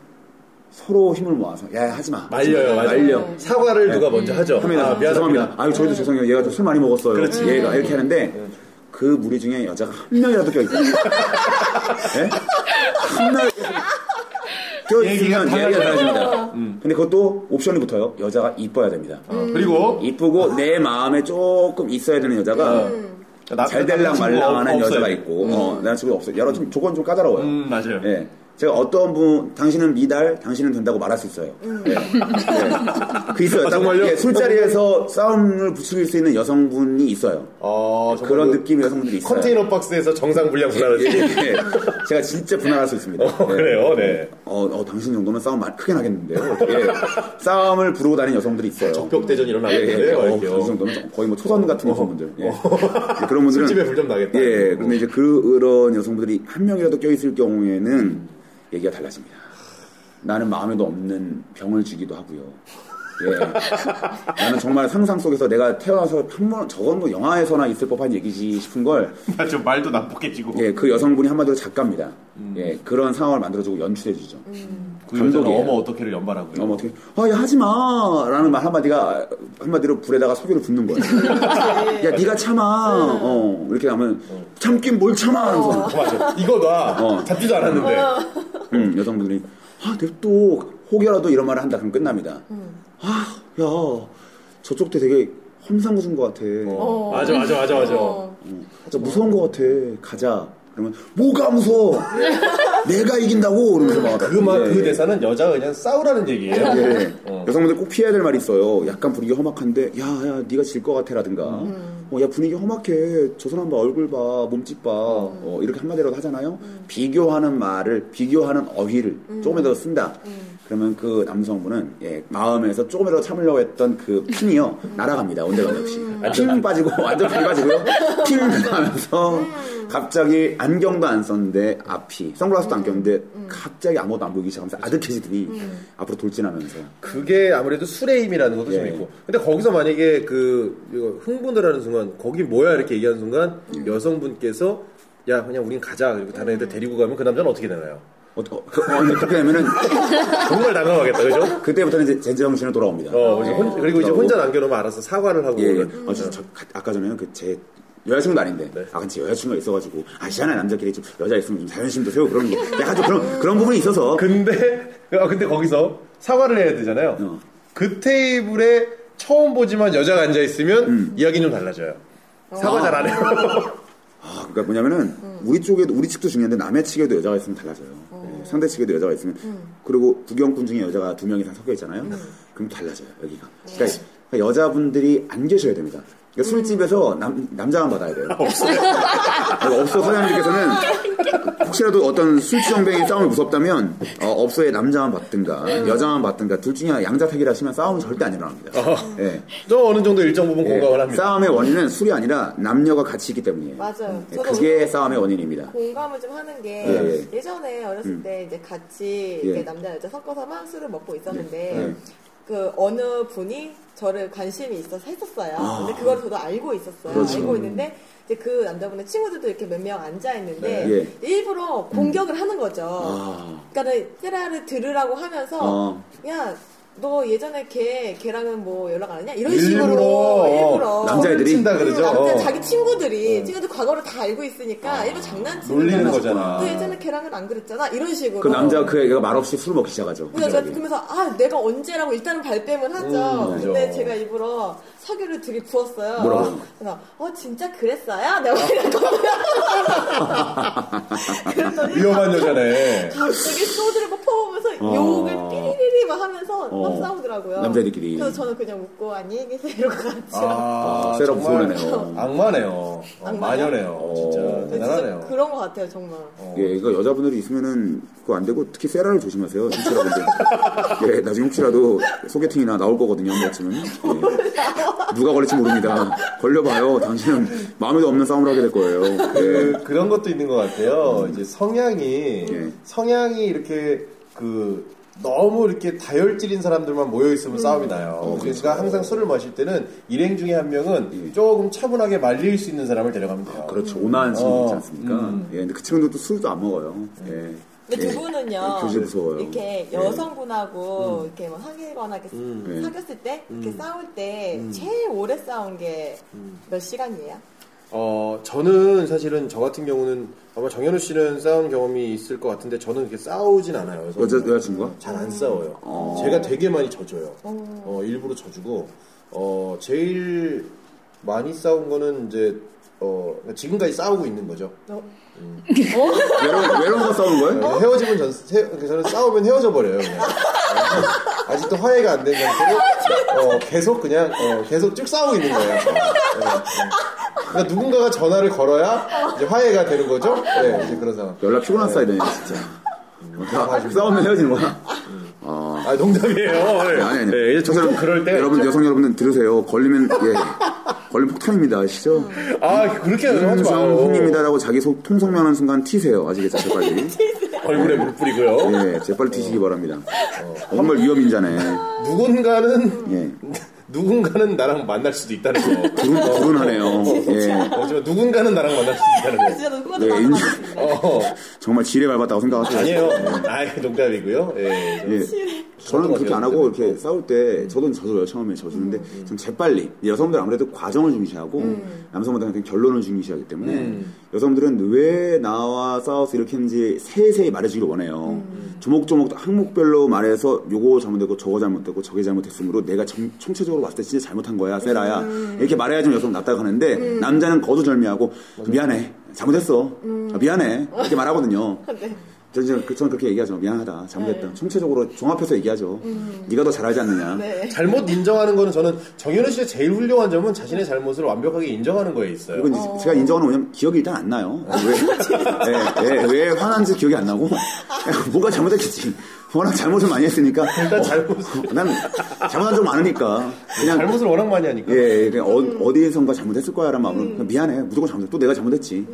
Speaker 1: 서로 힘을 모아서 야 하지 마. 하지 마.
Speaker 3: 말려요, 맞아요.
Speaker 1: 말려. 예.
Speaker 3: 사과를 누가 먼저 하죠.
Speaker 1: 합니다.
Speaker 3: 아,
Speaker 1: 죄송합니다.
Speaker 3: 미안합니다.
Speaker 1: 아유, 저희도 죄송해요. 얘가 좀 술 많이 먹었어요. 예,
Speaker 3: 그렇지.
Speaker 1: 얘가 이렇게 하는데 그 무리 중에 여자가 한 명이라도 껴있어. 예? 한 명이라도 껴있으면
Speaker 3: 얘기가
Speaker 1: 얘기가
Speaker 3: 달라집니다.
Speaker 1: 달라집니다. 음. 근데 그것도 옵션이 붙어요. 여자가 이뻐야 됩니다.
Speaker 3: 어. 음.
Speaker 1: 음.
Speaker 3: 그리고
Speaker 1: 이쁘고 내 마음에 조금 있어야 되는 여자가
Speaker 3: 음. 아,
Speaker 1: 잘 될랑 말랑 하는 여자가 있고, 어, 난 지금 없어요. 여러 좀 조건 좀 까다로워요.
Speaker 3: 음 맞아요.
Speaker 1: 예. 제가 어떤 분, 당신은 미달, 당신은 된다고 말할 수 있어요. 네. 네. 그 있어요.
Speaker 3: 아,
Speaker 1: 딱
Speaker 3: 정말요?
Speaker 1: 예, 술자리에서 싸움을 부추길 수 있는 여성분이 있어요.
Speaker 3: 어, 정말
Speaker 1: 그런
Speaker 3: 그
Speaker 1: 느낌의 여성분들이 있어요.
Speaker 3: 컨테이너 박스에서 정상 분량 분할을
Speaker 1: 예, 예. 제가 진짜 분할할 수 있습니다.
Speaker 3: 어,
Speaker 1: 네.
Speaker 3: 그래요, 네.
Speaker 1: 어, 어, 당신 정도면 싸움 많이 크게 나겠는데요. 이렇게 싸움을 부르고 다니는 여성들이 있어요.
Speaker 3: 적벽대전
Speaker 1: 예, 예,
Speaker 3: 일어나겠는데요,
Speaker 1: 어, 그
Speaker 3: 이렇게요. 어.
Speaker 1: 정도면 거의 뭐 초선 같은 여성분들. 예. 예, 그런 분들은.
Speaker 3: 술집에 불좀 나겠다.
Speaker 1: 예, 그런데 이제 그런 여성분들이 한 명이라도 껴있을 경우에는 얘기가 달라집니다. 나는 마음에도 없는 병을 주기도 하고요. 예. 나는 정말 상상 속에서 내가 태어나서 한 번, 저건 뭐 영화에서나 있을 법한 얘기지 싶은 걸
Speaker 3: 좀 말도 난폭해지고.
Speaker 1: 예, 그 여성분이 한마디로 작가입니다.
Speaker 3: 음.
Speaker 1: 예, 그런 상황을 만들어주고 연출해주죠. 감독이에요.
Speaker 3: 그 어머 어떻게를 연발하고요.
Speaker 1: 어머 어떻게? 아, 야 하지 마. 라는 말 한마디가 한마디로 불에다가 석유를 붓는 거예요. 야, 네가 참아. 어, 이렇게 하면 참긴 뭘 참아. 하면서
Speaker 3: 어, 맞아. 이거 나
Speaker 1: 어.
Speaker 3: 잡지도 않았는데.
Speaker 1: 음, 여성분들이 아, 내가 또 혹여라도 이런 말을 한다. 그럼 끝납니다. 아, 야, 저쪽도 되게 험상궂은 것 같아.
Speaker 3: 어. 맞아 맞아 맞아 맞아.
Speaker 4: 어.
Speaker 1: 진짜 무서운 것 같아. 가자. 그러면 뭐가 무서워? 내가 이긴다고. 그러면서 막
Speaker 3: 그말 그
Speaker 1: 예.
Speaker 3: 대사는 어. 여자가 그냥 싸우라는 얘기예요.
Speaker 1: 예. 여성분들 꼭 피해야 될 말이 있어요. 약간 분위기 험악한데, 야, 야, 네가 질 것 같아라든가, 어, 야 분위기 험악해. 저 사람 봐, 얼굴 봐, 몸집 봐, 어, 이렇게 한마디라도 하잖아요. 비교하는 말을, 비교하는 어휘를 조금이라도 쓴다. 그러면 그 남성분은 예, 마음에서 조금이라도 참으려고 했던 그 핀이요 날아갑니다. 온데간 역시 핀 빠지고 완전 핀 빠지고요. 핀 나가면서 갑자기 안경도 안 썼는데 앞이 선글라스도 안 꼈는데 갑자기 아무것도 안 보이기 시작하면서 아득해지더니 앞으로 돌진하면서
Speaker 3: 그게 아무래도 술의 힘이라는 것도 좀
Speaker 1: 예.
Speaker 3: 있고. 근데 거기서 만약에 그 이거 흥분을 하는 순간 거기 뭐야 이렇게 얘기하는 순간 여성분께서 야 그냥 우린 가자 그리고 다른 애들 데리고 가면 그 남자는 어떻게 되나요?
Speaker 1: 어, 어, 그, 어, 근데 그렇게 되면은
Speaker 3: 정말 당황하겠다 그죠?
Speaker 1: 그때부터는 이제 제 정신으로 돌아옵니다.
Speaker 3: 어, 이제 혼- 그리고 이제
Speaker 1: 그러고.
Speaker 3: 혼자 남겨놓으면 알아서 사과를 하고
Speaker 1: 예, 예.
Speaker 3: 그런-
Speaker 1: 어, 진짜 저, 가- 아까 전에는 그 제 여자친구도 아닌데 아 근데 제 여자친구가 있어가지고 아 시한한 남자끼리 좀 여자 있으면 좀 자존심도 세우고 그런 거 약간 좀 그런 그런 부분이 있어서
Speaker 3: 근데 아 근데 거기서 사과를 해야 되잖아요.
Speaker 1: 어.
Speaker 3: 그 테이블에 처음 보지만 여자가 앉아 있으면 이야기는 좀 달라져요. 사과 잘 안 해요.
Speaker 1: 아, 그러니까 뭐냐면은 우리 쪽에도 우리 측도 중요한데 남의 측에도 여자가 있으면 달라져요. 예, 상대 측에도 여자가 있으면 그리고 구경꾼 중에 여자가 두 명 이상 섞여 있잖아요. 그럼 달라져요 여기가. 그러니까 여자분들이 안 계셔야 됩니다. 그러니까 술집에서 남, 남자만 받아야 돼요. 그리고 업소 사장님께서는 혹시라도 어떤 술주정뱅이 싸움이 무섭다면 어, 업소에 남자만 받든가 여자만 받든가 둘 중에 하나 양자택이라 시면 싸움은 절대 안 일어납니다. 예.
Speaker 3: 저 어느 정도 일정 부분
Speaker 1: 예,
Speaker 3: 공감을 합니다.
Speaker 1: 싸움의 원인은 술이 아니라 남녀가 같이 있기 때문이에요.
Speaker 4: 맞아요.
Speaker 1: 예,
Speaker 4: 저도
Speaker 1: 그게
Speaker 4: 오늘-
Speaker 1: 싸움의 원인입니다.
Speaker 4: 공감을 좀 하는 게
Speaker 1: 예,
Speaker 4: 예, 전에 어렸을 때 이제 같이
Speaker 1: 예.
Speaker 4: 이렇게 남자 여자 섞어서 막 술을 먹고 있었는데
Speaker 1: 예.
Speaker 4: 그 어느 분이 저를 관심이 있어서 했었어요. 근데 그걸 저도 알고 있었어요.
Speaker 1: 아. 그렇죠.
Speaker 4: 알고 있는데 이제 그 남자분의 친구들도 이렇게 몇 명 앉아 있는데
Speaker 1: 예.
Speaker 4: 일부러 공격을 하는 거죠.
Speaker 1: 아.
Speaker 4: 그러니까는 세라를 들으라고 하면서
Speaker 1: 어.
Speaker 4: 야. 너 예전에 걔 걔랑은 뭐 연락 안 하냐 이런
Speaker 3: 일부러,
Speaker 4: 식으로 일부러
Speaker 1: 남자 남자애들이?
Speaker 3: 친다 그러죠.
Speaker 4: 음,
Speaker 3: 어. 아,
Speaker 4: 남자 자기 친구들이 친구들 과거를 다 알고 있으니까 일부 장난치는
Speaker 3: 놀리는
Speaker 4: 거잖아.
Speaker 3: 거잖아.
Speaker 4: 너 예전에 걔랑은 안 그랬잖아. 이런 식으로.
Speaker 1: 그 남자 그 애가 말없이 술 먹기 시작하죠.
Speaker 4: 그래서 제가
Speaker 1: 갑자기.
Speaker 4: 그러면서 아 내가 언제라고 일단은 발뺌을 하죠.
Speaker 3: 음, 그죠.
Speaker 4: 근데 제가 일부러 사교를 들이부었어요.
Speaker 1: 뭐라고요?
Speaker 4: 그래서 어 진짜 그랬어요? 내가 이랬거든요. 그랬더니
Speaker 3: 위험한 여자네.
Speaker 4: 갑자기 소주를 막 퍼보면서
Speaker 3: 어.
Speaker 4: 욕을 삐리리리 막 하면서
Speaker 1: 어.
Speaker 4: 막 싸우더라고요.
Speaker 1: 남자애들끼리.
Speaker 4: 그래서 저는 그냥 웃고 안녕히 계세요 이러고 갔죠.
Speaker 3: 아,
Speaker 1: 아, 셋업
Speaker 3: 정말
Speaker 1: 소원이네요.
Speaker 3: 악마네요. 어, 마녀네요. 진짜
Speaker 4: 근데 진짜
Speaker 3: 대단하네요.
Speaker 4: 그런 것 같아요 정말.
Speaker 1: 예, 이거 여자분들이 있으면은 그거 안 되고 특히 세라를 조심하세요. 혹시라도 이제. 예, 나중에 혹시라도 소개팅이나 나올 거거든요. 한 번쯤은.
Speaker 3: 어.
Speaker 1: 예. 누가 걸릴지 모릅니다. 걸려봐요. 당신은 마음에도 없는 싸움을 하게 될 거예요. 예.
Speaker 3: 그, 그런 것도 있는 것 같아요. 이제 성향이
Speaker 1: 예.
Speaker 3: 성향이 이렇게 그 너무 이렇게 다혈질인 사람들만 모여 있으면
Speaker 1: 음.
Speaker 3: 싸움이 나요.
Speaker 1: 어, 그렇죠.
Speaker 3: 그러니까 항상 술을 마실 때는 일행 중에 한 명은 조금 차분하게 말릴 수 있는 사람을 데려가면 돼요.
Speaker 1: 예. 그렇죠. 온화한 친구 있지 않습니까?
Speaker 3: 어. 음.
Speaker 1: 예, 근데 그 친구들도 술도 안 먹어요. 예. 예.
Speaker 4: 근데 두 분은요.
Speaker 1: 교실 무서워요.
Speaker 4: 이렇게
Speaker 1: 예.
Speaker 4: 여성분하고 이렇게 뭐 사귀거나 이렇게
Speaker 1: 예.
Speaker 4: 사귀었을 때 이렇게 싸울 때 제일 오래 싸운 게 몇 시간이에요?
Speaker 3: 어, 저는 사실은 저 같은 경우는 아마 정현우 씨는 싸운 경험이 있을 것 같은데 저는 이렇게 싸우진 않아요. 그래서
Speaker 1: 여자, 여자친구가?
Speaker 3: 잘 안 싸워요. 제가 되게 많이 져줘요. 어, 일부러 져주고, 어, 제일 많이 싸운 거는 이제 어, 그러니까 지금까지 싸우고 있는 거죠.
Speaker 1: 외로운, 외로운 거 싸우는 거예요?
Speaker 3: 네, 헤어지면 전, 헤, 그러니까 저는 싸우면 헤어져 버려요. 그냥. 어, 아직도 화해가 안 된 상태로 어, 계속 그냥 어, 계속 쭉 싸우고 있는 거예요. 어, 네. 그러니까 누군가가 전화를 걸어야 이제 화해가 되는 거죠. 네, 이제 그런 상황.
Speaker 1: 연락 피곤한 사이드네 진짜. 다
Speaker 3: 음.
Speaker 1: 싸우면 헤어지는 거야?
Speaker 3: 아 농담이에요.
Speaker 1: 네, 아니 아니.
Speaker 3: 예,
Speaker 1: 저
Speaker 3: 종종 그럴 때
Speaker 1: 여러분 여성 여러분들 들으세요. 걸리면 예. 걸리면 폭탄입니다. 아시죠?
Speaker 3: 아 그렇게 하지 마요.
Speaker 1: 윤정훈입니다라고 자기 속 통성명하는 순간 튀세요. 아시겠죠? 재빨리.
Speaker 3: 얼굴에 물 뿌리고요.
Speaker 1: 예, 재빨리
Speaker 3: 어.
Speaker 1: 튀시기 바랍니다. 정말 위험인자네.
Speaker 3: 누군가는
Speaker 1: 예.
Speaker 3: 누군가는 나랑 만날 수도 있다는 거. 어.
Speaker 1: 두근, 두근하네요. 예.
Speaker 3: 하지만 누군가는 나랑 만날 수도 있다는 거.
Speaker 4: 아, 진짜 누구가
Speaker 1: 네,
Speaker 4: 더 나도
Speaker 1: 인정.
Speaker 4: 만났습니다.
Speaker 3: 어,
Speaker 1: 정말 지뢰 밟았다고 생각하세요.
Speaker 3: 아니에요. 아 농담이고요. 예.
Speaker 1: 예. 저는 그렇게 안 하고 이렇게 싸울 때 저도 저도요 처음에 음. 져주는데 전 재빨리 여성들 아무래도 과정을 중시하고 남성보다는 그냥 결론을 중시하기 때문에 여성들은 왜 나와 싸워서 이렇게 했는지 세세히 말해주길 원해요 조목조목 항목별로 말해서 요거 잘못됐고 저거 잘못됐고 저게 잘못됐으므로 내가 정, 총체적으로 봤을 때 진짜 잘못한 거야 세라야 이렇게 말해야지 여성 납득하는데 남자는 거두절미하고 미안해 잘못했어 아, 미안해 이렇게 말하거든요 저는, 이제 그- 저는 그렇게 얘기하죠. 미안하다. 잘못했다. 총체적으로 종합해서 얘기하죠. 네가 더 잘하지 않느냐.
Speaker 4: 네.
Speaker 3: 잘못 인정하는 거는 저는 정현우 씨의 제일 훌륭한 점은 자신의 잘못을 완벽하게 인정하는 거에 있어요.
Speaker 1: 그리고 이제 제가 인정하는 뭐냐면 기억이 일단 안 나요. 왜, 왜, 왜, 왜 화난지 기억이 안 나고 뭐가 잘못했겠지. 워낙 잘못을 많이 했으니까 어,
Speaker 3: 일단 잘못을
Speaker 1: 난 잘못한 적 많으니까 그냥
Speaker 3: 잘못을 워낙 많이 하니까.
Speaker 1: 예, 예, 그냥 어, 어디에선가 잘못했을 거야 라는 마음으로 그냥 미안해 무조건 잘못했 또 내가 잘못했지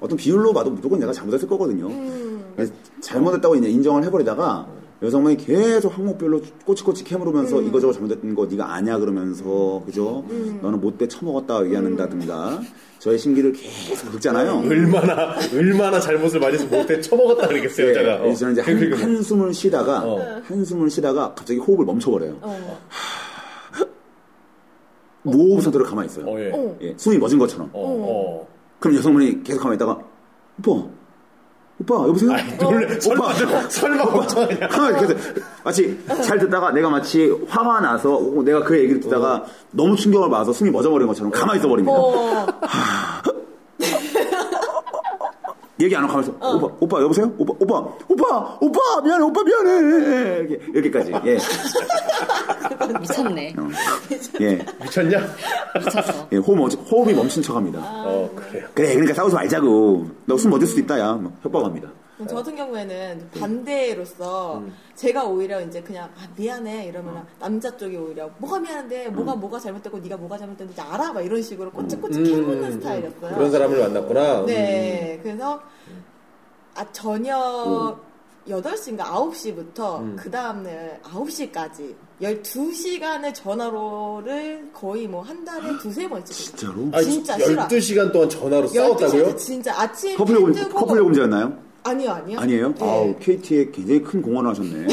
Speaker 1: 어떤 비율로 봐도 무조건 내가 잘못했을 거거든요 그래서 잘못했다고 이제 인정을 해버리다가 여성분이 계속 항목별로 꼬치꼬치 캐물으면서 이거저거 잘못했던 거 네가 아냐 그러면서 그죠 너는 못돼 처먹었다 얘기하는다든가 저의 신기를 계속
Speaker 3: 음.
Speaker 1: 긁잖아요
Speaker 3: 얼마나 얼마나 잘못을 많이 해서 못해 쳐먹었다 그러겠어요,
Speaker 1: 예,
Speaker 3: 제가.
Speaker 1: 그래서 저는 이제 한, 한숨을 쉬다가
Speaker 3: 어.
Speaker 1: 한숨을 쉬다가 갑자기 호흡을 멈춰버려요
Speaker 4: 어.
Speaker 1: 무호흡 상태로 가만히 있어요
Speaker 3: 어, 예. 어,
Speaker 4: 어.
Speaker 1: 예, 숨이 멎은 것처럼
Speaker 3: 어.
Speaker 1: 그럼 여성분이 계속 가만히 있다가 오빠 오빠 여보세요? "어,
Speaker 3: 아니, 놀래. 어. 설마, 설마 뭐 걱정하냐.
Speaker 1: 가만히 계속 마치 잘 듣다가 내가 마치 화가 나서 어, 내가 그 얘기를 듣다가 너무 충격을 받아서 숨이 멎어버린 것처럼 가만히 있어버립니다
Speaker 4: 어.
Speaker 1: 얘기 안 하고 가면서
Speaker 6: 어.
Speaker 1: 오빠 오빠 여보세요? 오빠 오빠 오빠 오빠 미안해 오빠 미안해 이렇게, 여기까지 예,
Speaker 6: 미쳤네.
Speaker 1: 어. 예.
Speaker 3: 미쳤냐?
Speaker 6: 미쳤어.
Speaker 1: 예, 호흡, 멈- 호흡이 멈춘 척합니다
Speaker 6: 아,
Speaker 3: 어,
Speaker 6: 네.
Speaker 3: 그래요.
Speaker 1: 그래 그러니까 싸우지 말자고 너 숨 멎을 수도 있다 야막 협박합니다
Speaker 4: 저 같은 경우에는 반대로서 제가 오히려 이제 그냥 아, 미안해 이러면 남자 쪽이 오히려 뭐가 미안한데 뭐가 뭐가 잘못됐고 네가 뭐가 잘못됐는지 알아 막 이런 식으로 꼬치꼬치 캐묻는 스타일이었어요.
Speaker 3: 그런 사람을 만났구나.
Speaker 1: 음.
Speaker 4: 네, 그래서 아 저녁 8시인가 9시부터 그 다음날 9시까지 12시간의 전화로를 거의 뭐 한 달에 두세 번 찍었어요.
Speaker 1: 진짜로?
Speaker 3: 아,
Speaker 4: 진짜 싫어.
Speaker 3: 12시간 동안 전화로
Speaker 4: 12시에서
Speaker 3: 싸웠다고요?
Speaker 4: 진짜 아침
Speaker 1: 커플
Speaker 6: 네,
Speaker 1: 요금 커플 요금제였나요?
Speaker 4: 아니요 아니요
Speaker 1: 아니에요?
Speaker 4: 네.
Speaker 1: 아우, KT에 굉장히 큰 공헌을 하셨네.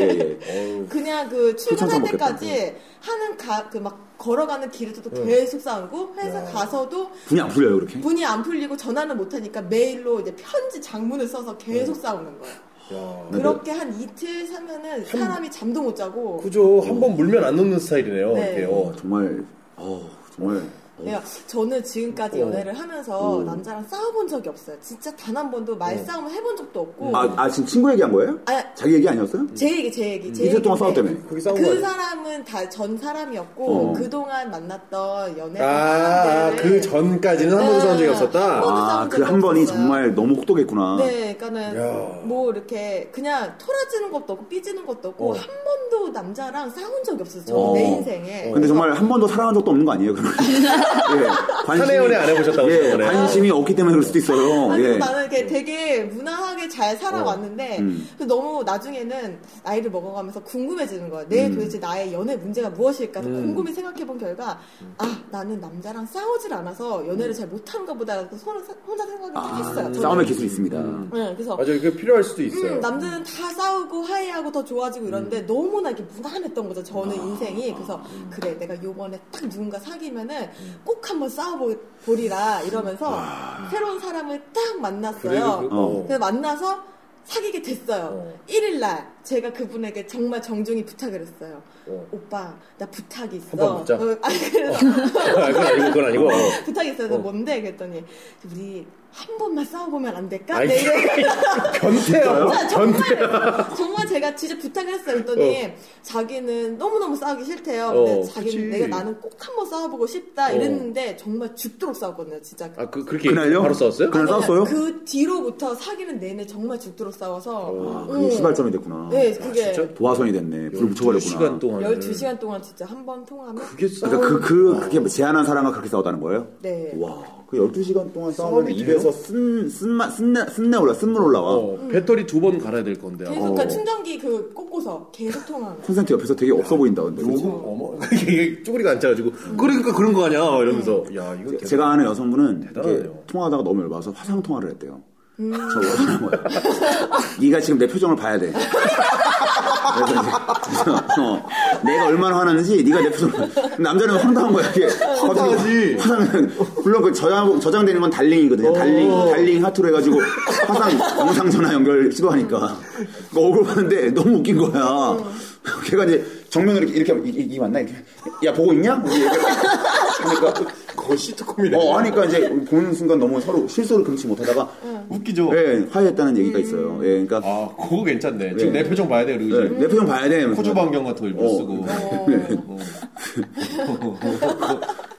Speaker 1: 예, 예.
Speaker 4: 그냥 그 출근할
Speaker 1: 귀찮아서
Speaker 4: 때까지 하는 가 그 막 걸어가는 길에서도 계속 싸우고 회사
Speaker 1: 네.
Speaker 4: 가서도
Speaker 1: 분이 안 풀려요, 그렇게?
Speaker 4: 분이 안 풀리고 전화를 못 하니까 메일로 이제 편지 장문을 써서 계속
Speaker 1: 네.
Speaker 4: 싸우는 거예요.
Speaker 3: 야,
Speaker 4: 그렇게 한 이틀 사면은 사람이 잠도 못 자고
Speaker 3: 그죠. 한 번 물면 안 녹는 스타일이네요.
Speaker 4: 네.
Speaker 3: 이렇게, 어.
Speaker 1: 정말, 어 정말. 어,
Speaker 4: 내가 저는 지금까지 연애를
Speaker 1: 음.
Speaker 4: 하면서 남자랑 싸워본 적이 없어요. 진짜 단 한 번도 말싸움을 해본 적도 없고.
Speaker 1: 네. 아, 아, 지금 친구 얘기한 거예요?
Speaker 4: 아,
Speaker 1: 자기 얘기 아니었어요?
Speaker 4: 제 얘기 제 얘기 제
Speaker 1: 이틀 동안
Speaker 4: 얘기인데
Speaker 1: 싸웠다며.
Speaker 3: 거기 싸운 거
Speaker 4: 그
Speaker 3: 아니에요?
Speaker 4: 사람은 다 전 사람이었고
Speaker 1: 어.
Speaker 4: 그동안 만났던 연애
Speaker 3: 아, 아,
Speaker 4: 네.
Speaker 3: 그 전까지는 한 번도 싸운 적이 없었다.
Speaker 4: 어.
Speaker 1: 아, 그 한 번이 정말 너무 혹독했구나.
Speaker 4: 네, 그러니까는
Speaker 3: 야.
Speaker 4: 뭐 이렇게 그냥 토라지는 것도 없고 삐지는 것도 없고
Speaker 3: 어.
Speaker 4: 한 번도 남자랑 싸운 적이 없어요.
Speaker 1: 어.
Speaker 4: 저내 인생에.
Speaker 1: 근데 정말 한 번도 사랑한 적도 없는 거 아니에요, 그러면? 예.
Speaker 3: 한 해연애 네. 안 해보셨다고
Speaker 1: 예,
Speaker 3: 저번에.
Speaker 1: 관심이 없기 때문에 그럴 수도 있어요.
Speaker 4: 아니,
Speaker 1: 예.
Speaker 4: 나는 이렇게 되게 무난하게 잘 살아왔는데
Speaker 1: 음.
Speaker 4: 그 너무 나중에는 나이를 먹어가면서 궁금해지는 거야.
Speaker 1: 음.
Speaker 4: 내 도대체 나의 연애 문제가 무엇일까? 곰곰이 생각해본 결과 아 나는 남자랑 싸우질 않아서 연애를 잘 못한가 보다라고 손- 혼자 생각을 딱
Speaker 1: 음. 아,
Speaker 4: 했어요. 저는.
Speaker 1: 싸움의 기술이 있습니다.
Speaker 3: 음.
Speaker 4: 네, 그래서
Speaker 3: 맞아요. 그게 필요할 수도 있어요.
Speaker 4: 음, 남자는 다 싸우고 화해하고 더 좋아지고 이런데 너무나 이렇게 무난했던 거죠. 저는 인생이 그래서 그래 내가 요번에 딱 누군가 사귀면은 꼭 한번 싸워보리라 이러면서 새로운 사람을 딱 만났어요.
Speaker 3: 그래도 그,
Speaker 1: 어.
Speaker 3: 어.
Speaker 4: 그래서 만나서 사귀게 됐어요.
Speaker 3: 어.
Speaker 4: 1일날 제가 그분에게 정말 정중히 부탁을 했어요.
Speaker 6: 어.
Speaker 4: 오빠, 나 부탁이 있어.
Speaker 6: 한번 묻자.
Speaker 4: 어, 아니, 그래서
Speaker 6: 그건 아니고 그건 아니고.
Speaker 4: 부탁이 있어서
Speaker 6: 어.
Speaker 4: 뭔데? 그랬더니 우리 한 번만 싸워보면 안 될까?
Speaker 6: 아니,
Speaker 4: 네, 이래.
Speaker 6: 변태요.
Speaker 4: 아, 진짜 정말 정말 제가 진짜 부탁을 했어요. 그랬더니 자기는 너무너무 싸우기 싫대요. 근데
Speaker 6: 어,
Speaker 4: 자기는
Speaker 6: 그치.
Speaker 4: 내가 나는 꼭 한번 싸워보고 싶다 이랬는데 정말 죽도록 싸웠거든요. 진짜.
Speaker 6: 아, 그, 그렇게
Speaker 1: 그날요?
Speaker 6: 바로 싸웠어요?
Speaker 1: 그날 싸웠어요?
Speaker 4: 그 뒤로부터 사귀는 내내 정말 죽도록 싸워서 음.
Speaker 1: 아, 그게 시발점이 됐구나.
Speaker 4: 네, 그게
Speaker 6: 아, 진짜?
Speaker 1: 도화선이 됐네. 불을 붙여버렸구나.
Speaker 6: 12시간 동안.
Speaker 4: 12시간 어, 동안 진짜 한 번 통하면
Speaker 6: 그게 싸움.
Speaker 1: 그러니까 그, 그, 그게 제한한 사랑과 그렇게 싸우다는 거예요?
Speaker 4: 네.
Speaker 1: 와, 그 12시간 동안 싸우면
Speaker 6: 돼요?
Speaker 1: 입에서 쓴, 쓴맛, 쓴내, 쓴내 올라, 쓴물 올라와.
Speaker 6: 어, 배터리 두 번 갈아야 될 건데.
Speaker 4: 계속 그 충전기 그 꽂고서 계속 통하는
Speaker 1: 콘센트 옆에서 되게 없어 보인다, 근데.
Speaker 6: 요금 어머 이게 쪼그리가 앉아가지고 그러니까 그런 거 아니야 이러면서 야 이거
Speaker 1: 그치? 제가 아는 여성분은
Speaker 6: 대단하네요.
Speaker 1: 이렇게 통화하다가 너무 열받아서 화상 통화를 했대요. 저 원하는 거예요. 네가 지금 내 표정을 봐야 돼. 그래서 이제 그래서 어, 내가 얼마나 화났는지 네가 내 표정을 봐. 남자는 황당한 거야 이게
Speaker 6: 황당하지.
Speaker 1: 화상은 물론 그 저장 저장되는 건
Speaker 6: 어.
Speaker 1: 달링이거든요 달링 달링 하트로 해가지고 화상 영상 전화 연결 시도하니까 그거 억울한데 너무 웃긴 거야 걔가 이제 정면으로 이렇게 이렇게 하면 이, 이, 이 맞나 이렇게 야 보고 있냐 뭐 그러니까
Speaker 6: 거의 시트콤이네
Speaker 1: 어, 하니까 이제 보는 순간 너무 서로 실소를 금치 못하다가
Speaker 6: 웃기죠
Speaker 1: 예, 화해했다는 얘기가 있어요. 예, 그러니까
Speaker 6: 음. 아 그거 괜찮네 지금
Speaker 1: 네.
Speaker 6: 내 표정 봐야 돼
Speaker 1: 예,
Speaker 6: 그리고 이제
Speaker 1: 내 표정 봐야 돼.
Speaker 6: 호주 반경 같은 거 일부러
Speaker 1: 어.
Speaker 6: 쓰고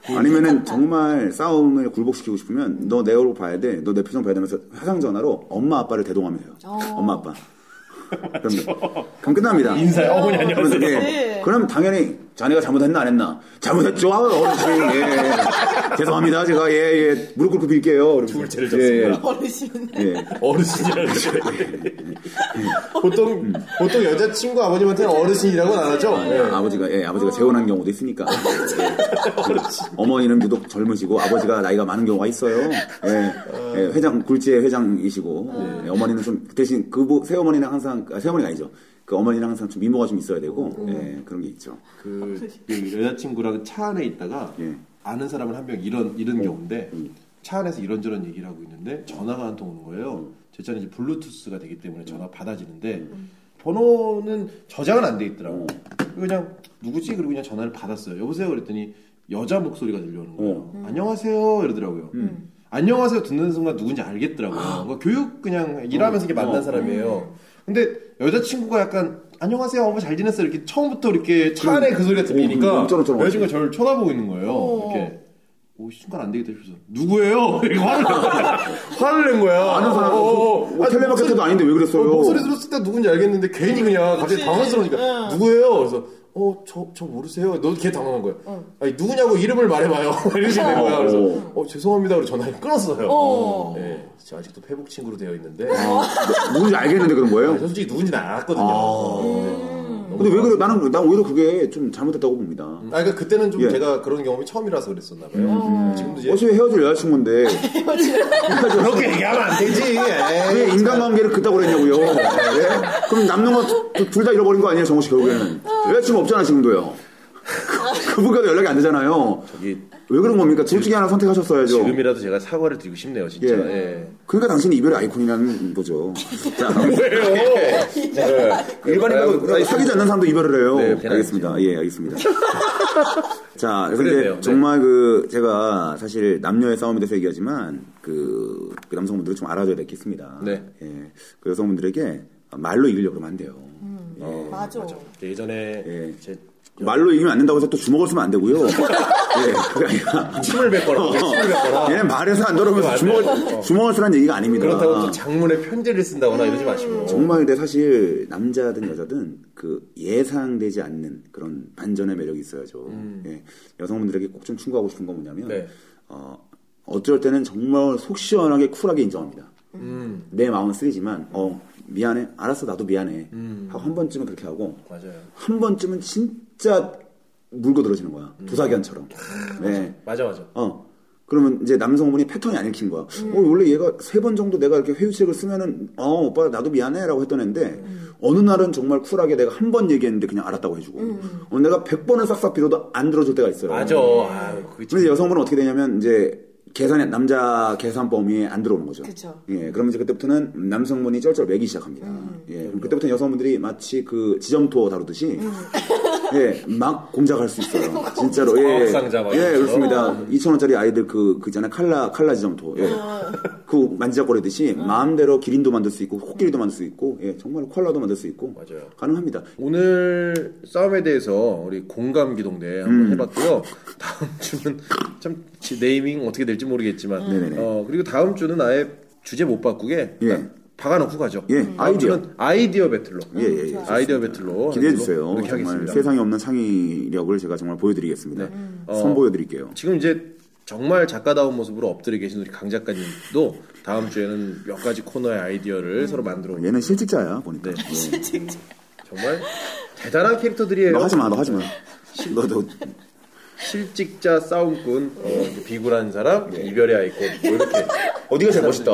Speaker 1: 뭐 아니면은 정말 싸움을 굴복시키고 싶으면 너 내 얼굴 봐야 돼. 너 내 표정 봐야 되면서 화상 전화로 엄마 아빠를 대동하면 돼요.
Speaker 6: 어.
Speaker 1: 엄마 아빠. 그럼, 그럼 끝납니다.
Speaker 6: 그렇죠. 인사해 어머니
Speaker 1: 그러면
Speaker 6: 안녕하세요 네.
Speaker 1: 되게, 그럼 당연히 자네가 잘못했나 안 했나 잘못했죠 아, 어르신 예 죄송합니다 제가 예예 무릎 꿇고 빌게요 이러면서.
Speaker 6: 죽을 죄를
Speaker 1: 예,
Speaker 4: 어르신.
Speaker 1: 예, 예.
Speaker 6: 어르신이라는 소리.
Speaker 3: 보통 보통 여자친구 아버님한테는 어르신이라고는 안 하죠.
Speaker 1: 예, 아버지가 예, 아버지가 재혼한 경우도 있으니까 예. 어머니는 유독 젊으시고 아버지가 나이가 많은 경우가 있어요. 예, 예,
Speaker 6: 아.
Speaker 1: 회장 굴지의 회장이시고
Speaker 6: 네.
Speaker 1: 예, 어머니는 좀 대신 그부 새어머니는 항상 아, 새어머니가 아니죠. 그 어머니는 항상 좀 미모가 좀 있어야 되고
Speaker 6: 음.
Speaker 1: 예, 그런 게 있죠.
Speaker 6: 그 여자친구랑 차 안에 있다가
Speaker 1: 예.
Speaker 6: 아는 사람은 한 명 이런 이런 경우인데 차 안에서 이런저런 얘기를 하고 있는데 전화가 한 통 오는 거예요. 제 차는 이제 블루투스가 되기 때문에 전화 받아지는데 번호는 저장은 안 돼 있더라고. 그리고 그냥 누구지? 그리고 그냥 전화를 받았어요. 여보세요? 그랬더니 여자 목소리가 들려오는 거예요. 안녕하세요 이러더라고요. 안녕하세요 듣는 순간 누군지 알겠더라고요. 뭔가 교육 그냥 일하면서 이렇게 만난 사람이에요. 근데 여자친구가 약간 안녕하세요 어머 잘 지냈어요 이렇게 처음부터 이렇게 차 안에 그 소리가
Speaker 1: 어,
Speaker 6: 들리니까
Speaker 1: 쩔어쩔어.
Speaker 6: 여자친구가 그러니까 저를 쳐다보고 있는 거예요. 이렇게 오 순간 안 되겠다 싶어서 누구예요? 이렇게 화를 낸 거야. 화를 낸 거야. 어, 아는
Speaker 1: 어, 사람. 뭐 텔레마케터도 아닌데 왜 그랬어요?
Speaker 6: 목소리 들었을 때 누군지 알겠는데 괜히 음, 그냥 갑자기 당황스러우니까 누구예요? 그래서 어저 저 모르세요. 너도 걔 당황한 거야. 아니 누구냐고 이름을 말해봐요. 이렇게 된 거야. 그래서
Speaker 1: 어.
Speaker 6: 어 죄송합니다. 그리고 전화를 끊었어요. 아.
Speaker 4: 어.
Speaker 6: 네, 진짜 아직도 페북 친구로 되어 있는데
Speaker 1: 누군지 알겠는데 그런 거예요?
Speaker 6: 저 솔직히 누군지 는 알았거든요.
Speaker 1: 아.
Speaker 6: 네.
Speaker 1: 근데 왜 그래? 나는 난 오히려 그게 좀 잘못됐다고 봅니다.
Speaker 6: 아, 그러니까 그때는 좀
Speaker 1: 예.
Speaker 6: 제가 그런 경험이 처음이라서 그랬었나 봐요. 지금도 음, 이제
Speaker 1: 어차피 헤어질 여자친구인데
Speaker 6: 그렇게 얘기하면 안 되지.
Speaker 1: 왜 인간관계를 그따 그랬냐고요? 예? 그럼 남는 거 둘 다 잃어버린 거 아니에요, 정호 씨 결국에는? 여자친구 없잖아 지금도요. 그- 그분과도 연락이 안 되잖아요.
Speaker 6: 저기
Speaker 1: 왜 그런 겁니까? 둘 중에 하나 선택하셨어야죠.
Speaker 6: 지금이라도 제가 사과를 드리고 싶네요, 진짜.
Speaker 1: 예.
Speaker 6: 예.
Speaker 1: 그러니까 당신이 이별의 아이콘이라는 거죠. 자, 일반인도 사귀지 않는 사람도 이별을 해요.
Speaker 6: 네, 대단하죠.
Speaker 1: 알겠습니다. 예, 알겠습니다. 자, 그래서 이제
Speaker 6: 그러네요. 네.
Speaker 1: 정말 그 제가 사실 남녀의 싸움에 대해서 얘기하지만 그 남성분들을 좀 알아줘야 되겠습니다.
Speaker 6: 네.
Speaker 1: 예, 그 여성분들에게 말로 이기려고 그러면 안 돼요.
Speaker 6: 음.
Speaker 4: 맞아.
Speaker 6: 예전에
Speaker 1: 예.
Speaker 6: 제
Speaker 1: 말로 이기면 안 된다고 해서 또 주먹을 쓰면 안 되고요. 예, 그게 아니라.
Speaker 6: 침을 뱉거나
Speaker 1: 어.
Speaker 6: 침을 뱉거나
Speaker 1: 얘는 말에서 안 돌아오면서
Speaker 6: 그거 어. 안 돼요.
Speaker 1: 주먹을, 주먹을 쓰라는 얘기가 아닙니다.
Speaker 6: 그렇다고 또 장문에 편지를 쓴다거나 이러지 마시고
Speaker 1: 정말 근데 사실 남자든 여자든 그 예상되지 않는 그런 반전의 매력이 있어야죠. 예. 여성분들에게 꼭 좀 충고하고 싶은 건 뭐냐면
Speaker 6: 음. 네.
Speaker 1: 어, 어쩔 때는 정말 속 시원하게 쿨하게 인정합니다. 내 마음은 쓰이지만 어 미안해 알았어 나도 미안해
Speaker 6: 음.
Speaker 1: 하고 한 번쯤은 그렇게 하고
Speaker 6: 맞아요.
Speaker 1: 한 번쯤은 진짜 물고 들어지는 거야 도사견처럼. 네.
Speaker 6: 음. 맞아 맞아.
Speaker 1: 어. 그러면 이제 남성분이 패턴이 안 읽힌 거야. 어, 원래 얘가 세 번 정도 내가 이렇게 회유책을 쓰면은, 어, 오빠, 나도 미안해. 라고 했던 애인데, 어느 날은 정말 쿨하게 내가 한 번 얘기했는데 그냥 알았다고 해주고, 어, 내가 백 번을 싹싹 빌어도 안 들어줄 때가 있어요.
Speaker 6: 맞아. 아유, 그게
Speaker 1: 근데 여성분은 어떻게 되냐면, 이제 계산에 남자 계산 범위에 안 들어오는 거죠.
Speaker 4: 그쵸.
Speaker 1: 예, 그러면 이제 그때부터는 남성분이 쩔쩔 매기 시작합니다. 예, 그럼 그때부터 여성분들이 마치 그 지점토 다루듯이 예, 막 공작할 수 있어요. 진짜로. 예,
Speaker 6: 과학상자 막
Speaker 1: 예,
Speaker 6: 이런 식으로.
Speaker 1: 그렇습니다. 2천 원짜리 아이들 그, 그 있잖아요. 칼라 칼라 지점토. 예. 그 만지작거리듯이 마음대로 기린도 만들 수 있고 코끼리도 만들 수 있고 예, 정말 콜라도 만들 수 있고
Speaker 6: 맞아요.
Speaker 1: 가능합니다.
Speaker 6: 오늘 싸움에 대해서 우리 공감 기동대 한번
Speaker 1: 음.
Speaker 6: 해봤고요. 다음 주는 참 지- 네이밍 어떻게 될지 모르겠지만,
Speaker 1: 음. 네네네.
Speaker 6: 어 그리고 다음 주는 아예 주제 못 바꾸게
Speaker 1: 예.
Speaker 6: 그냥 박아놓고 가죠.
Speaker 1: 예,
Speaker 6: 다음
Speaker 1: 아이디어.
Speaker 6: 주는 아이디어 배틀로.
Speaker 1: 예, 예, 예.
Speaker 6: 아이디어 배틀로
Speaker 1: 기대해
Speaker 6: 하는 걸로
Speaker 1: 주세요.
Speaker 6: 이렇게
Speaker 1: 정말
Speaker 6: 하겠습니다. 네.
Speaker 1: 세상에 없는 창의력을 제가 정말 보여드리겠습니다. 선보여 드릴게요.
Speaker 6: 지금 이제 정말 작가다운 모습으로 엎드려 계신 우리 강 작가님도 다음 주에는 몇 가지 코너의 아이디어를
Speaker 1: 음.
Speaker 6: 서로 만들어 오는
Speaker 1: 얘는 실직자야 보니까.
Speaker 6: 네.
Speaker 1: 예.
Speaker 6: 정말 대단한 캐릭터들이에요.
Speaker 1: 너 하지 마, 너 하지 마. 너도
Speaker 6: 실직자 싸움꾼, 어, 이제 비굴한 사람,
Speaker 1: 네.
Speaker 6: 이별의 아이콘 뭐 이렇게
Speaker 1: 어디가 제일 멋있다.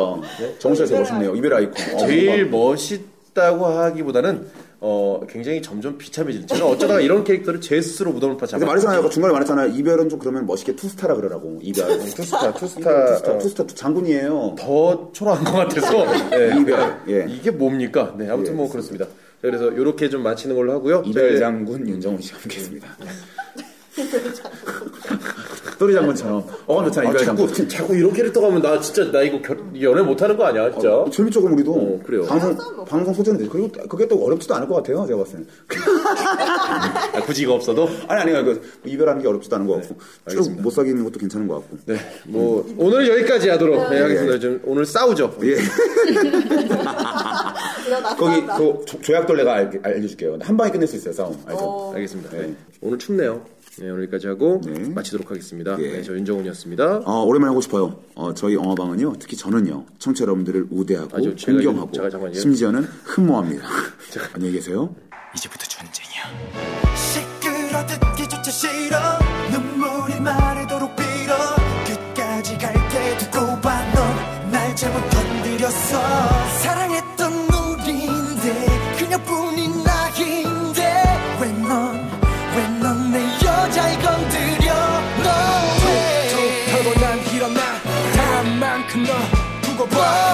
Speaker 1: 정우 씨가 제일 멋있네요. 이별 아이콘. 어,
Speaker 6: 제일 멋있다고 하기보다는 어, 굉장히 점점 비참해지는. 제가 어쩌다가 이런 캐릭터를 제 스스로 무덤을 파잡.
Speaker 1: 근데 말했잖아요. 아까 중간에 말했잖아요. 이별은 좀 그러면 멋있게 투스타라 그러라고. 이별.
Speaker 6: 네, 투스타, 투스타,
Speaker 1: 투스타,
Speaker 6: 어,
Speaker 1: 투스타, 투- 장군이에요.
Speaker 6: 더 초라한 것 같아서 네.
Speaker 1: 이별. 예.
Speaker 6: 이게 뭡니까? 네, 아무튼 뭐 그렇습니다. 자, 그래서 이렇게 좀 마치는 걸로 하고요. 네.
Speaker 1: 이별
Speaker 6: 저희-
Speaker 1: 장군 윤정훈 씨와 함께했습니다. 또리 장군처럼. 어감 좋잖아,
Speaker 6: 아,
Speaker 1: 이별 장군.
Speaker 6: 자꾸 자꾸 이런 캐릭터 가면 나 진짜 나 이거 결, 연애 못하는 거 아니야 진짜?
Speaker 1: 어, 재밌죠, 그럼 우리도.
Speaker 6: 어, 그래요.
Speaker 1: 방송, 뭐 방송 소재는 되죠. 그리고 그게 또 어렵지도 않을 것 같아요, 제가 봤을 때는.
Speaker 6: 아, 굳이 이거 없어도.
Speaker 1: 아니 아니 아니, 그 이별하는 게 어렵지도 않은 것 같고 쭉
Speaker 6: 알겠습니다.
Speaker 1: 네. 못 사귀는 것도 괜찮은 것 같고
Speaker 6: 네, 뭐 오늘 여기까지 하도록 네, 하겠습니다. 좀 오늘 싸우죠.
Speaker 1: 예
Speaker 4: 그냥 나
Speaker 1: 거기
Speaker 4: 싸운다.
Speaker 1: 그 조- 조약돌레가 알, 알려줄게요 한 방에 끝낼 수 있어요 싸움 알죠
Speaker 6: 알겠습니다.
Speaker 1: 네.
Speaker 6: 네. 오늘 춥네요. 네, 오늘 여기까지 하고
Speaker 1: 네.
Speaker 6: 마치도록 하겠습니다.
Speaker 1: 예.
Speaker 6: 네, 저 윤정훈이었습니다.
Speaker 1: 어, 오랜만에 하고 싶어요 어, 저희 영화방은요 특히 저는요 청취자 여러분들을 우대하고
Speaker 6: 아니요, 제가
Speaker 1: 존경하고
Speaker 6: 요즘- 잠깐, 잠깐요.
Speaker 1: 심지어는 흠모합니다 안녕히 계세요
Speaker 7: 이제부터 전쟁이야.
Speaker 2: 시끄러듣기조차 싫어 눈물이 마르도록 빌어 끝까지 갈게 두고 봐넌날 잘못 건드렸어 사랑했던 우리인데 그녀뿐인 나인데 왜넌왜 넌 내 여자를 건드려 너왜
Speaker 7: 툭툭 털고 난 일어나 다음만큼 너 두고 봐
Speaker 2: Oh, Oh,